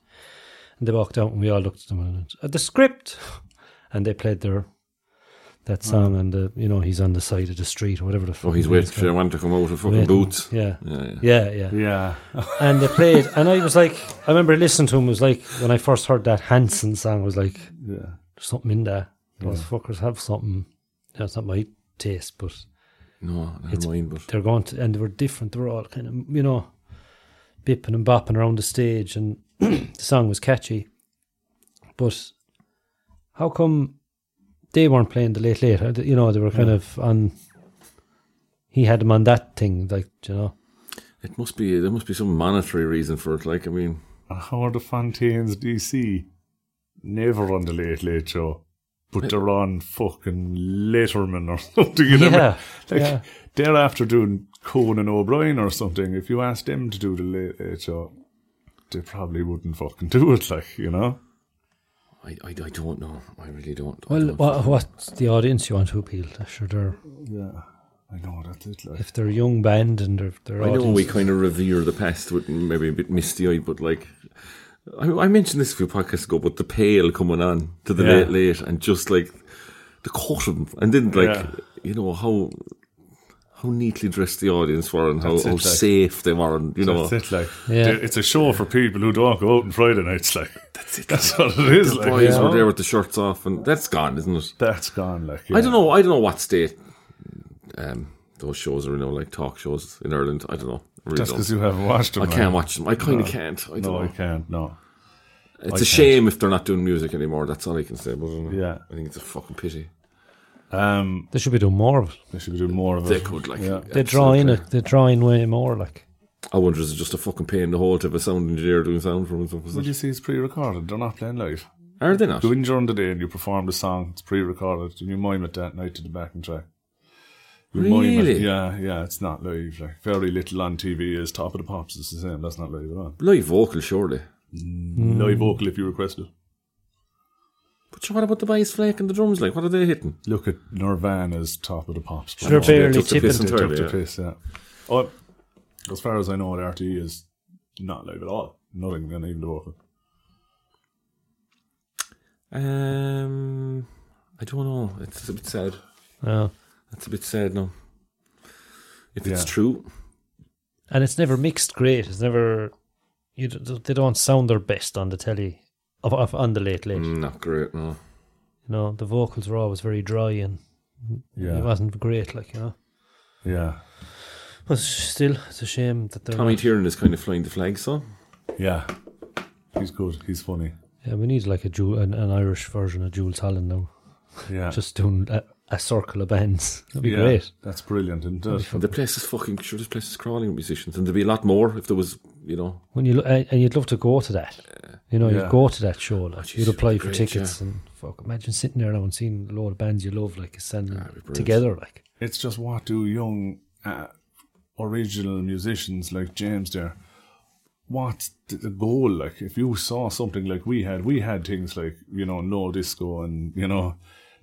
Speaker 3: And they walked out, and we all looked at them and went, at the script, and they played their that song, and the you know he's on the side of the street or whatever the.
Speaker 4: Ah. Oh, he's waiting for everyone to come out of fucking boots.
Speaker 3: Yeah.
Speaker 4: Yeah, yeah.
Speaker 3: Yeah, yeah,
Speaker 2: Yeah.
Speaker 3: and they played, and I was like, I remember listening to him. Was like when I first heard that Hanson song, I was like,
Speaker 2: Yeah.
Speaker 3: there's something in there. Those fuckers have something. That's not my taste, but
Speaker 4: No, never mind. But
Speaker 3: they're going to, and they were different. They were all kind of, you know, bipping and bopping around the stage, and the song was catchy. But how come they weren't playing the late late? How did- You know, they were kind of on. He had them on that thing, like you know.
Speaker 4: It must be there must be some monetary reason for it. Like I mean,
Speaker 2: And How are the Fontaines DC? Never on the Late Late Show. but they're on fucking Letterman or something. You know?
Speaker 3: Yeah,
Speaker 2: like
Speaker 3: yeah.
Speaker 2: they're after doing Conan O'Brien or something. If you asked them to do the late Late show, they probably wouldn't fucking do it. Like you know,
Speaker 4: I, I, I don't know. I really don't. I
Speaker 3: Well,
Speaker 4: don't
Speaker 3: what, what's the audience you want to appeal to? Sure, they're,
Speaker 2: I know that's it. Like
Speaker 3: if they're a young band and they're, they're
Speaker 4: I know we
Speaker 3: audience,
Speaker 4: kind of revere the past with maybe a bit misty eyed, but like. I, I mentioned this a few podcasts ago, but the pale coming on to the
Speaker 2: Yeah.
Speaker 4: late late and just like the court of them, and then like
Speaker 2: Yeah.
Speaker 4: you know how how neatly dressed the audience were and how,
Speaker 2: That's it,
Speaker 4: how
Speaker 2: like.
Speaker 4: safe they were, and you know
Speaker 2: that's it. Like
Speaker 3: Yeah.
Speaker 2: it's a show for people who don't go out on Friday nights. Like that's it. That's what it is. Like
Speaker 4: boys
Speaker 2: you know?
Speaker 4: were there with the shirts off, and that's gone, isn't it?
Speaker 2: that's gone. Like
Speaker 4: I don't know. I don't know what state um, those shows are in, you know, like talk shows in Ireland. I don't know. I, really
Speaker 2: That's
Speaker 4: don't.
Speaker 2: because you haven't watched them.
Speaker 4: I
Speaker 2: right?
Speaker 4: can't watch them. I kind of can't. I don't
Speaker 2: No, I
Speaker 4: know.
Speaker 2: can't. No.
Speaker 4: It's a
Speaker 2: can't.
Speaker 4: shame if they're not doing music anymore. That's all I can say. But I don't know.
Speaker 2: Yeah.
Speaker 4: I think it's a fucking pity.
Speaker 2: Um,
Speaker 3: they should be doing more of it.
Speaker 2: they should be doing more of
Speaker 4: They
Speaker 2: it.
Speaker 4: could like.
Speaker 2: Yeah.
Speaker 3: They draw in it. They draw in way more. Like
Speaker 4: I wonder is it just a fucking pain in the hole to have a sound engineer doing sound for himself? Is
Speaker 2: Would
Speaker 4: it?
Speaker 2: you see it's pre-recorded? They're not playing live.
Speaker 4: Are they not?
Speaker 2: You in during the day and you perform the song. It's pre-recorded and you mime it that night to the backing track. You mime it.
Speaker 4: Really?
Speaker 2: Yeah, yeah. It's not live. Like very little on TV is Top of the Pops. It's the same. That's not live at all.
Speaker 4: Live vocal, surely. Hmm.
Speaker 2: Live vocal if you request it.
Speaker 4: But what about the bass flake and the drums? Like, what are they hitting?
Speaker 2: Look at Nirvana's Top of the Pops.
Speaker 3: they're barely
Speaker 4: took the
Speaker 3: tipping.
Speaker 4: piss
Speaker 2: They took
Speaker 4: entirely,
Speaker 2: the
Speaker 4: yeah.
Speaker 2: piss, yeah. Oh, as far as I know, the RTE E is not live at all. Nothing, not even the vocal.
Speaker 4: Um, I don't know. It's a bit sad.
Speaker 3: Yeah.
Speaker 4: That's a bit sad now. If it's
Speaker 2: Yeah.
Speaker 4: true,
Speaker 3: and it's never mixed great. It's never you. d- They don't sound their best on the telly, of, of, on the late late. You
Speaker 4: not great. No,
Speaker 3: know, the vocals were always very dry and it
Speaker 2: Yeah,
Speaker 3: wasn't great. Like you know,
Speaker 2: yeah,
Speaker 3: but still, it's a shame that they're.
Speaker 4: Tommy
Speaker 3: not-
Speaker 4: Tiernan is kind of flying the flag. So
Speaker 2: yeah. He's good. He's funny.
Speaker 3: yeah, we need like a Ju- an, an Irish version of Jules Holland now.
Speaker 2: Yeah,
Speaker 3: Just doing a, a circle of bands. That'd be
Speaker 2: yeah.
Speaker 3: great.
Speaker 2: That's brilliant, uh, isn't it?
Speaker 4: the place is fucking sure. This place is crawling with musicians, and there'd be a lot more if there was, you know.
Speaker 3: When you lo- and and you'd love to go to that, you know,
Speaker 2: Yeah.
Speaker 3: you'd go to that show. Like,
Speaker 4: jeez,
Speaker 3: you'd
Speaker 4: Oh, it'd be
Speaker 3: apply for
Speaker 4: great,
Speaker 3: tickets and fuck. Imagine sitting there now and seeing a load of bands you love like standing
Speaker 4: brilliant.
Speaker 3: together. Like
Speaker 2: It's just what do young uh, original musicians like James there? What's the, the goal? Like, if you saw something like we had, we had things like you know no disco and you know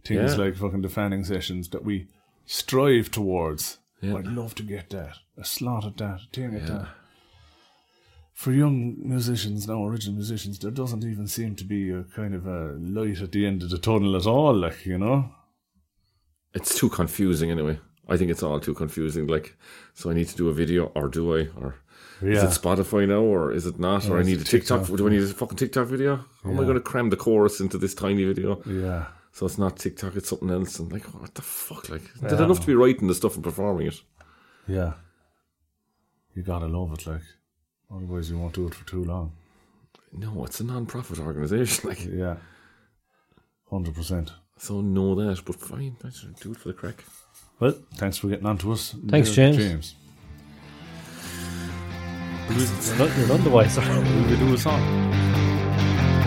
Speaker 2: things
Speaker 4: Yeah.
Speaker 2: like fucking the fanning sessions that we strive towards. I'd love to get that a slot at that, a thing at that. For young musicians now, original musicians, there doesn't even seem to be a kind of a light at the end of the tunnel at all. Like you know,
Speaker 4: It's too confusing anyway. I think it's all too confusing. Like, so I need to do a video, or do I? Or
Speaker 2: Yeah.
Speaker 4: is it Spotify now, or is it not? or I need a TikTok. Do I need a fucking TikTok video? How am I going to cram the chorus into this tiny video?
Speaker 2: yeah.
Speaker 4: So it's not TikTok, it's something else. And like, what the fuck? Like, did enough to be writing the stuff and performing it?
Speaker 2: Yeah. You gotta love it, like. Otherwise, you won't do it for too long.
Speaker 4: No, it's a non-profit organisation. Like,
Speaker 2: Yeah. 100%.
Speaker 4: so know that, but fine, I should do it for the crack.
Speaker 2: Well, thanks for getting on to us.
Speaker 3: Thanks,
Speaker 2: uh,
Speaker 3: James.
Speaker 2: James.
Speaker 3: you're not, you're none the wiser.
Speaker 2: Will we do a song?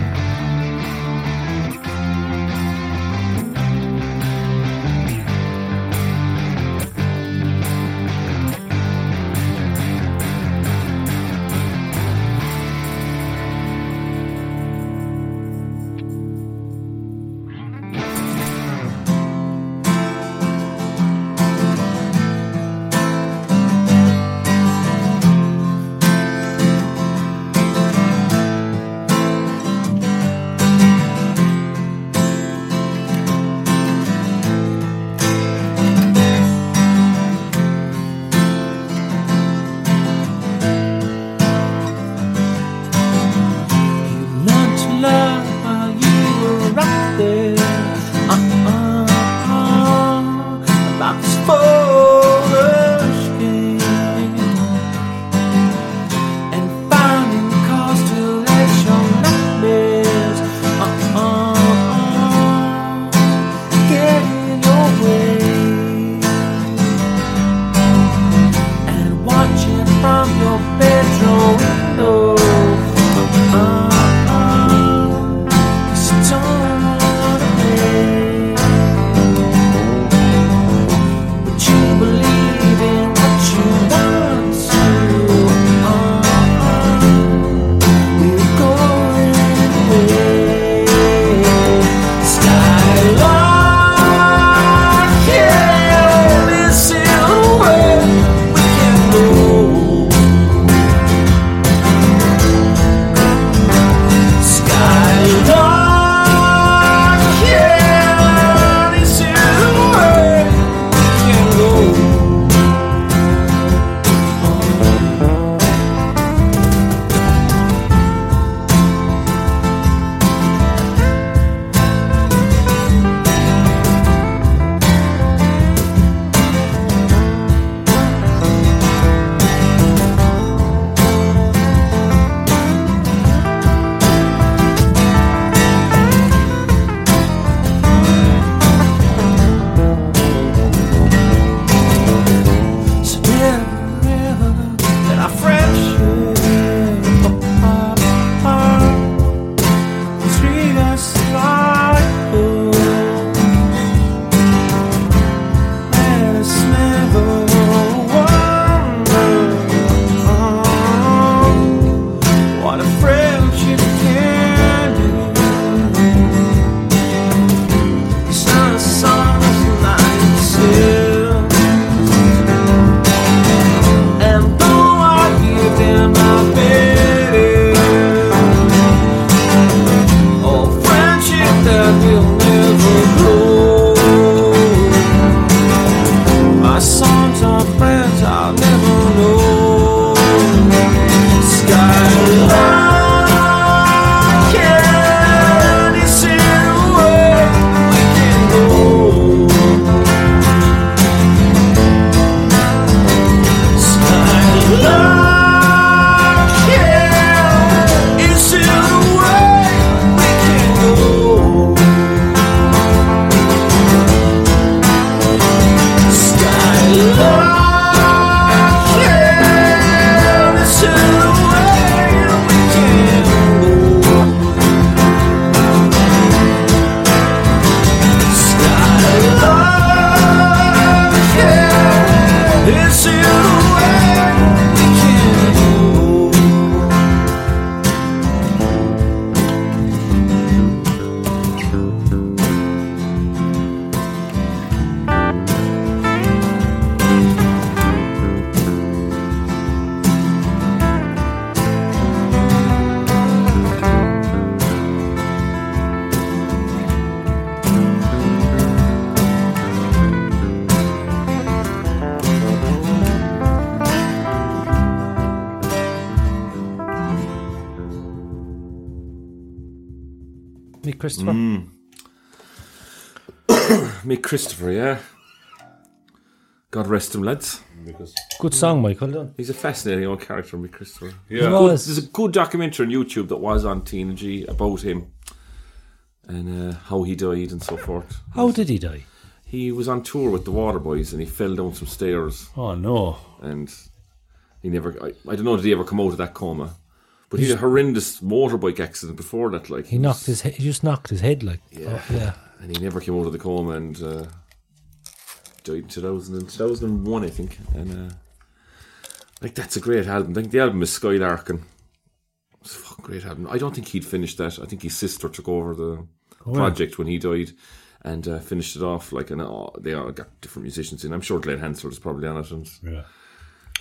Speaker 3: Mick Christopher.
Speaker 4: Mm. Mick Christopher, yeah. God rest him, lads.
Speaker 2: Because
Speaker 3: Good song, Michael. Done.
Speaker 4: He's a fascinating old character, Mick Christopher.
Speaker 3: He
Speaker 2: yeah,
Speaker 3: was.
Speaker 4: There's a good documentary on YouTube that was on TNG about him and uh, how he died and so forth.
Speaker 3: How did he die?
Speaker 4: He was on tour with the Waterboys and he fell down some stairs
Speaker 2: oh no,
Speaker 4: and he never. I, I don't know did he ever come out of that coma, but he had a horrendous motorbike accident before that. Like
Speaker 3: He knocked his head. He just knocked his head like. Yeah. yeah.
Speaker 4: and he never came out of the coma and uh, died in 2000 and 2001, I think. And uh, like that's a great album. I think the album is Skylarkin. It's a fucking great album. I don't think he'd finished that. I think his sister took over the
Speaker 2: Oh,
Speaker 4: project when he died and uh, finished it off. Like, and uh, they all got different musicians in. I'm sure Glenn Hansard is probably on it. And
Speaker 2: yeah,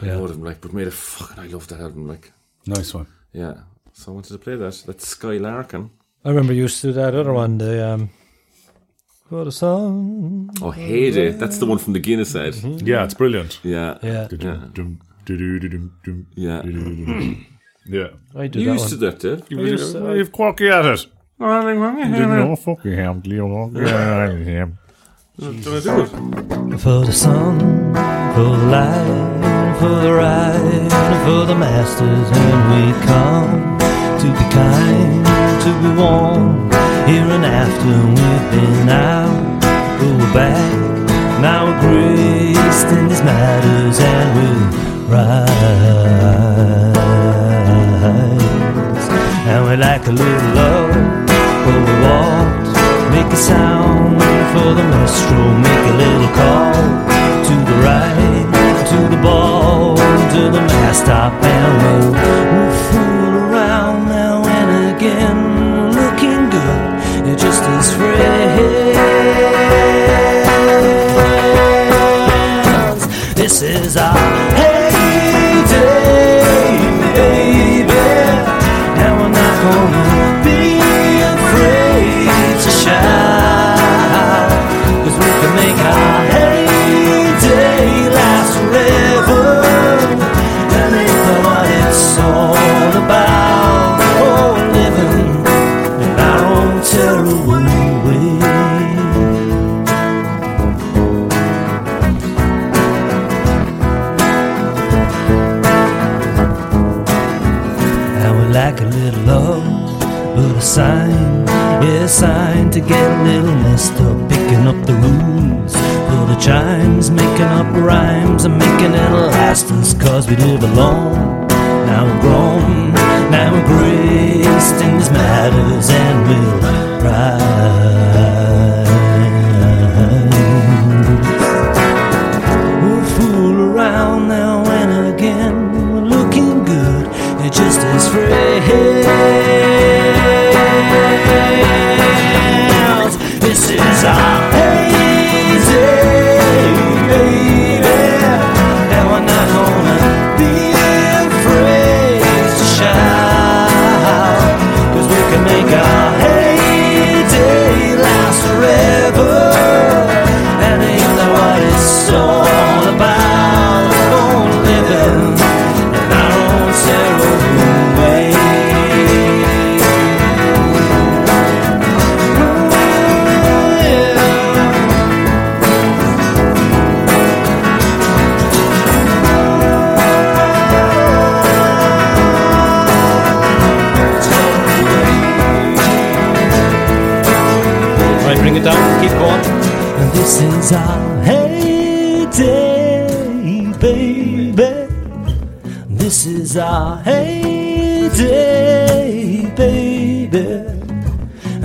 Speaker 4: I know them like, but made a fucking. I love that album. Like,
Speaker 2: nice one.
Speaker 4: yeah. So I wanted to play that. That's Skylarkin.
Speaker 3: I remember you used to do that other one. The um, what a song.
Speaker 4: Oh, Heyday. That's the one from the Guinness ad.
Speaker 2: Yeah, it's brilliant.
Speaker 4: Yeah.
Speaker 3: Yeah,
Speaker 2: Dum, dum, dum, dum,
Speaker 4: Yeah.
Speaker 2: dum. Yeah,
Speaker 3: I do
Speaker 4: You
Speaker 3: that
Speaker 4: used
Speaker 3: one.
Speaker 4: to do that, Dave.
Speaker 2: He was- uh, you've quirky at it. Didn't know fucking him, Leo. Yeah,
Speaker 3: For the sun, for the light, for the ride, for the masters, and we come to be kind, to be warm. Here and after we've been out, but we're back. Now we're graced in these matters, and we'll rise. And we like a little love, but we walked, make a sound for the maestro, make a little call to the right, to the ball, to the mass stop, and we'll, we'll fool around now and again, looking good, and just as friends. This is our heyday, baby. And we're not gonna be afraid to shout. Cause we can make our heyday last forever. And it's what it's all about. Oh, living in our own terrible way. I would like a little love, but a sign, yeah, a sign to get a little messed up. Picking up the runes for the chimes, making up rhymes, and making it last us, cause we live alone. Now we're grown, now we're graced in these matters, and we'll rise. We'll fool around now and again. We're looking good, and just as friends. This is our heyday, baby. And we're not gonna be afraid to shout. 'Cause we can make our heyday last forever. And ain't that what it's all about? Oh, living in our own terrible way. Oh, yeah. Right, bring it down, keep going. This is our heyday, baby. This is our heyday, baby.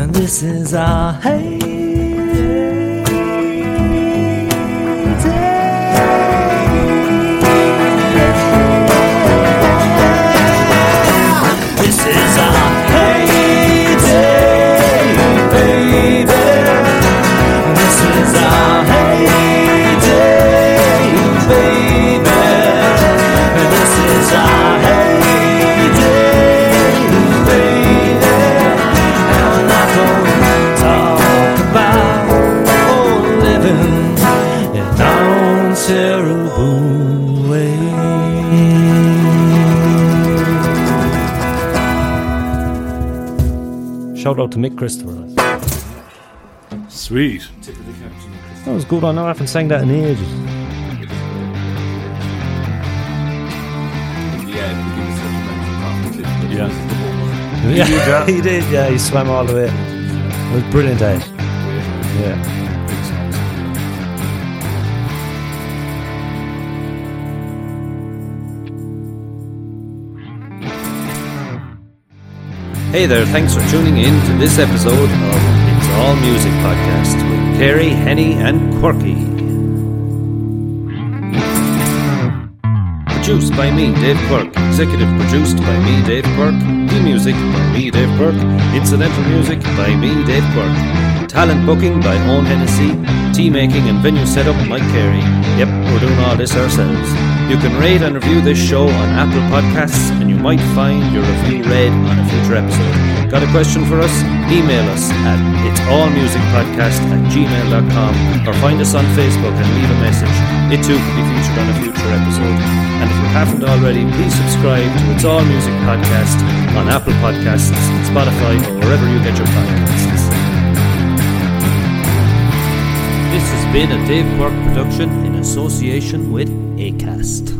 Speaker 3: And this is our heyday. This is our heyday, baby. This is our heyday, baby. This is our heyday, baby. And we're not gonna talk about old living in our own terrible way. Shout out to Mick Christopher.
Speaker 2: Sweet.
Speaker 8: That was good. I know I haven't sang that in ages.
Speaker 2: Yeah.
Speaker 8: Yeah, he did. Yeah, he swam all the way. It was brilliant, eh? Yeah.
Speaker 3: Hey there, thanks for tuning in to this episode of It's All Music Podcast with Carrie, Henny, and Quirky. Produced by me, Dave Quirk. Executive produced by me, Dave Quirk. The music by me, Dave Quirk. Incidental music by me, Dave Quirk. Talent booking by Owen Hennessy. Tea making and venue setup, Mike Carey. Yep, we're doing all this ourselves. You can rate and review this show on Apple Podcasts, and you might find your review read on a future episode. Got a question for us? Email us at itsallmusicpodcast at gmail.com or find us on Facebook and leave a message. It too could be featured on a future episode. And if you haven't already, please subscribe to It's All Music Podcast on Apple Podcasts, Spotify, or wherever you get your podcasts. This has been a Dave Quirk production in association with ACAST.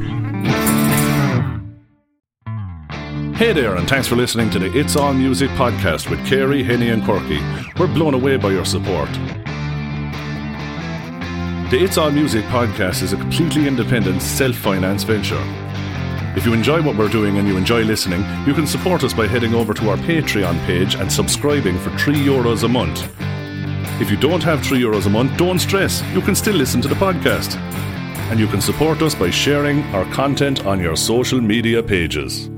Speaker 2: Hey there, and thanks for listening to the It's All Music podcast with Carey, Henny, and Quirky. We're blown away by your support. The It's All Music podcast is a completely independent, self financed venture. If you enjoy what we're doing and you enjoy listening, you can support us by heading over to our Patreon page and subscribing for 3 euros a month. If you don't have 3 euros a month, don't stress, you can still listen to the podcast. And you can support us by sharing our content on your social media pages.